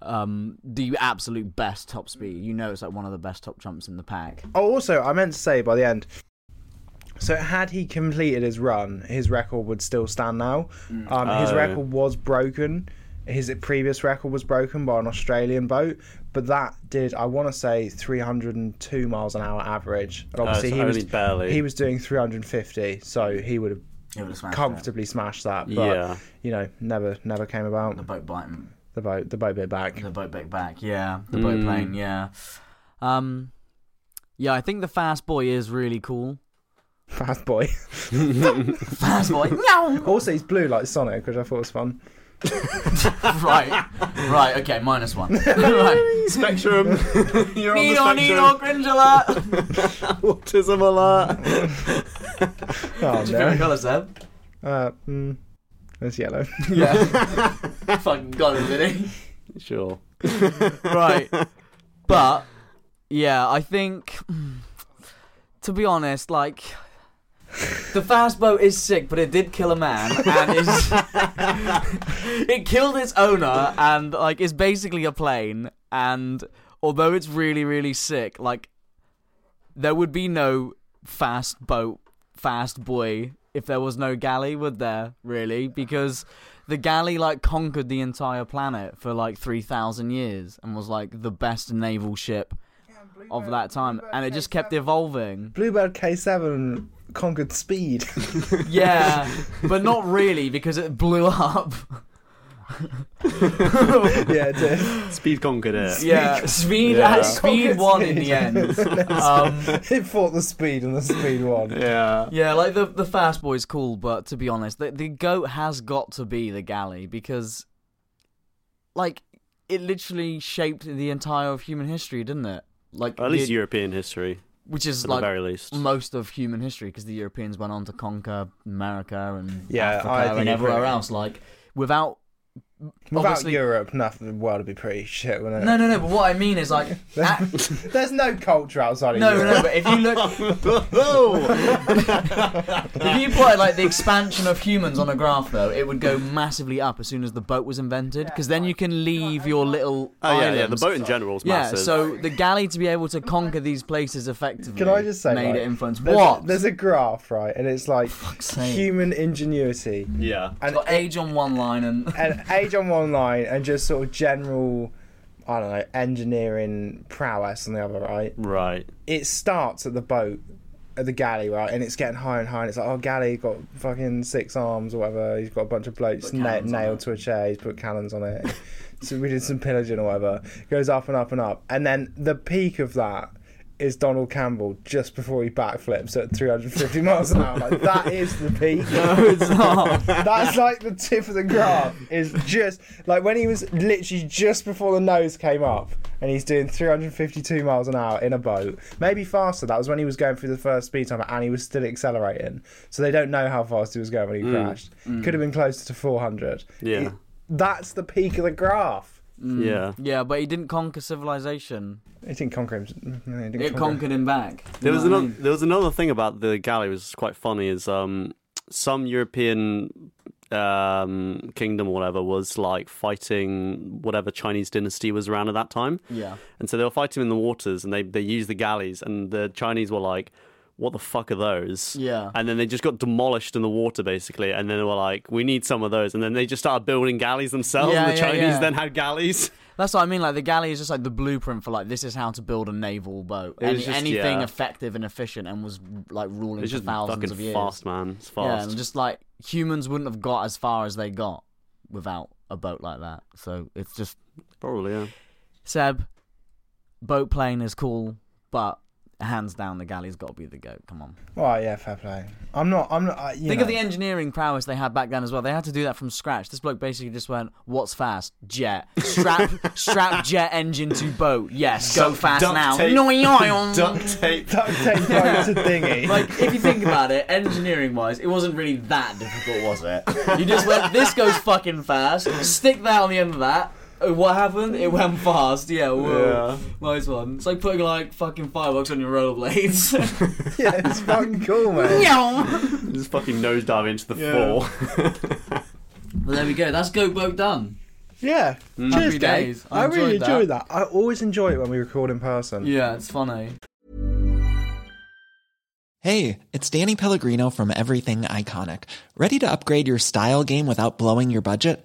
B: um the absolute best top speed. You know, it's like one of the best top trumps in the pack.
C: Oh, also, I meant to say by the end. So, had he completed his run, his record would still stand now.
B: Mm.
C: Um, his
A: Oh.
C: record was broken. His previous record was broken by an Australian boat, but that did, I want to say, 302 miles an hour average. And obviously,
A: Oh, so
C: he was
A: only barely.
C: he was doing 350, so he would have comfortably smashed that. But
A: Yeah.
C: you know, never never came about.
B: The boat biting,
C: The boat the boat bit back.
B: the boat back back. Yeah, the
A: Hmm.
B: boat plane. Yeah, um, yeah. I think the fast boy is really cool.
C: Fast boy.
B: Fast boy. No.
C: also, he's blue like Sonic, which I thought was fun.
B: right. Right. Okay. Minus one. right.
A: Spectrum. You're on the
B: Nino, Nino,
A: spectrum.
B: cringe alert.
A: Autism alert.
C: Oh
B: Favorite
C: no.
B: colour, Seb?
C: Uh, mm, it's yellow.
B: Yeah. Fucking got it, did he?
A: Sure.
B: right. But yeah, I think to be honest, like the fast boat is sick, but it did kill a man and is it killed its owner and like is basically a plane and although it's really really sick, like there would be no fast boat, fast boy if there was no galley, would there? Really? Because the galley like conquered the entire planet for like 3000 years and was like the best naval ship of that time and it just kept evolving.
C: Bluebird K7 conquered speed.
B: Yeah, but not really because it blew up.
C: yeah, it did.
A: Speed conquered it.
B: yeah, speed
A: Yeah.
B: had speed one in the end. Um,
C: it fought the speed and the speed won.
A: Yeah.
B: yeah, like the the fast boy's cool, but to be honest, the the goat has got to be the galley because, like, it literally shaped the entire of human history, didn't it? Like
A: At least
B: the-
A: European history,
B: which is
A: at
B: like
A: the very least.
B: most of human history because the Europeans went on to conquer America and
C: Yeah,
B: Africa
C: I think
B: and
C: it
B: everywhere
C: pretty-
B: else. Like without
C: Without
B: obviously-
C: Europe, nothing the world would be pretty shit, wouldn't it?
B: no, no, no. But what I mean is like at-
C: There's no culture outside of
B: no, no,
C: Europe.
B: no. But if you look, if you plot like the expansion of humans on a graph, though, it would go massively up as soon as the boat was invented because then you can leave your little
A: Oh yeah, yeah. The
B: islands.
A: boat in general is
B: Yeah,
A: massive.
B: so the galley to be able to conquer these places effectively
C: Can I just say
B: made
C: like,
B: it influence
C: There's,
B: what?
C: There's a graph, right, and it's like
B: sake.
C: human ingenuity
A: yeah.
C: and
B: got age on one line and
C: and age on one line and just sort of general I don't know, engineering prowess on the other, right?
A: Right.
C: It starts at the boat at the galley, right? And it's getting higher and higher and it's like, oh galley got fucking six arms or whatever, he's got a bunch of blokes na-
B: cannons on
C: nailed to a chair, he's put cannons on it. so we did some pillaging or whatever. Goes up and up and up. And then the peak of that is Donald Campbell just before he backflips at 350 miles an hour. Like that is the peak.
B: it's not.
C: That's like the tip of the graph. Is just like when he was literally just before the nose came up, and he's doing 352 miles an hour in a boat, maybe faster. That was when he was going through the first speed timer, and he was still accelerating. So they don't know how fast he was going
B: Mm,
C: when he crashed. Could have been closer to 400.
A: Yeah.
C: It- that's the peak of the graph.
B: Mm.
A: Yeah.
B: Yeah, but he didn't conquer civilization.
C: It didn't conquer him. no, It didn't
B: It
C: conquer him.
B: conquered him back.
A: There
B: You
A: was
B: know what I
A: another.
B: mean?
A: There was another thing about the galley which was quite funny. Is um some European um kingdom or whatever was like fighting whatever Chinese dynasty was around at that time.
B: Yeah.
A: And so they were fighting in the waters, and they they used the galleys, and the Chinese were like. What the fuck are those?
B: Yeah.
A: And then they just got demolished in the water, basically. And then they were like, we need some of those. And then they just started building galleys themselves.
B: Yeah,
A: and the
B: yeah,
A: Chinese
B: yeah.
A: then had galleys.
B: That's what I mean. Like the galley is just like the blueprint for like this is how to build a naval boat.
A: It was
B: Any-
A: just-
B: anything
A: yeah.
B: effective and efficient, and was like ruling
A: It's
B: for
A: just
B: thousands
A: fucking
B: of years.
A: fast, man. It's
B: yeah,
A: fast.
B: and just like humans wouldn't have got as far as they got without a boat like that. So it's just
A: Probably, yeah.
B: Seb, boat plane is cool, but hands down the galley's got to be the goat. Come on.
C: Right, yeah, fair play. I'm not. I'm not. Uh, you
B: Think
C: know.
B: of the engineering prowess they had back then as well. They had to do that from scratch. This bloke basically just went, "What's fast? Jet. Strap, strap jet engine to boat. Yes, go fast now." No, yeah, yeah.
A: tape.
C: Duct tape boat to dinghy.
B: Like if you think about it, engineering wise, it wasn't really that difficult, was it? You just went, "This goes fucking fast. Stick that on the end of that." Uh, What happened? It went fast. Yeah, whoa. Nice one. It's like putting like fucking fireworks on your rollerblades.
C: yeah, it's fucking cool, man.
A: Just fucking nosedive into the floor.
B: Well, there we go. That's Goat Boat done.
C: Yeah. Cheers,
B: Happy
C: Gabe.
B: days. I
C: I, really
B: enjoyed
C: enjoy that. I always enjoy it when we record in person.
B: Yeah, it's funny.
H: Hey, it's Danny Pellegrino from Everything Iconic. Ready to upgrade your style game without blowing your budget?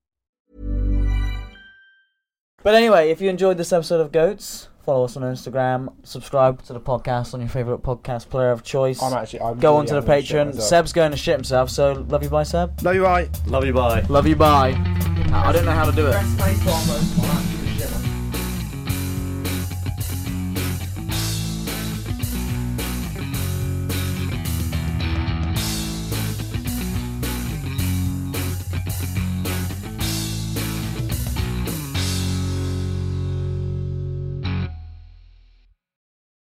B: But anyway, if you enjoyed this episode of Goats, follow us on Instagram, subscribe to the podcast on your favourite podcast player of choice.
C: I'm actually. I'm
B: Go
C: really
B: onto the
C: having a shit
B: Patreon.
C: myself.
B: Seb's going to shit himself, so love you, bye, Seb.
C: No, you're right.
A: Love you, bye.
B: Love you, bye. I don't know how to do it.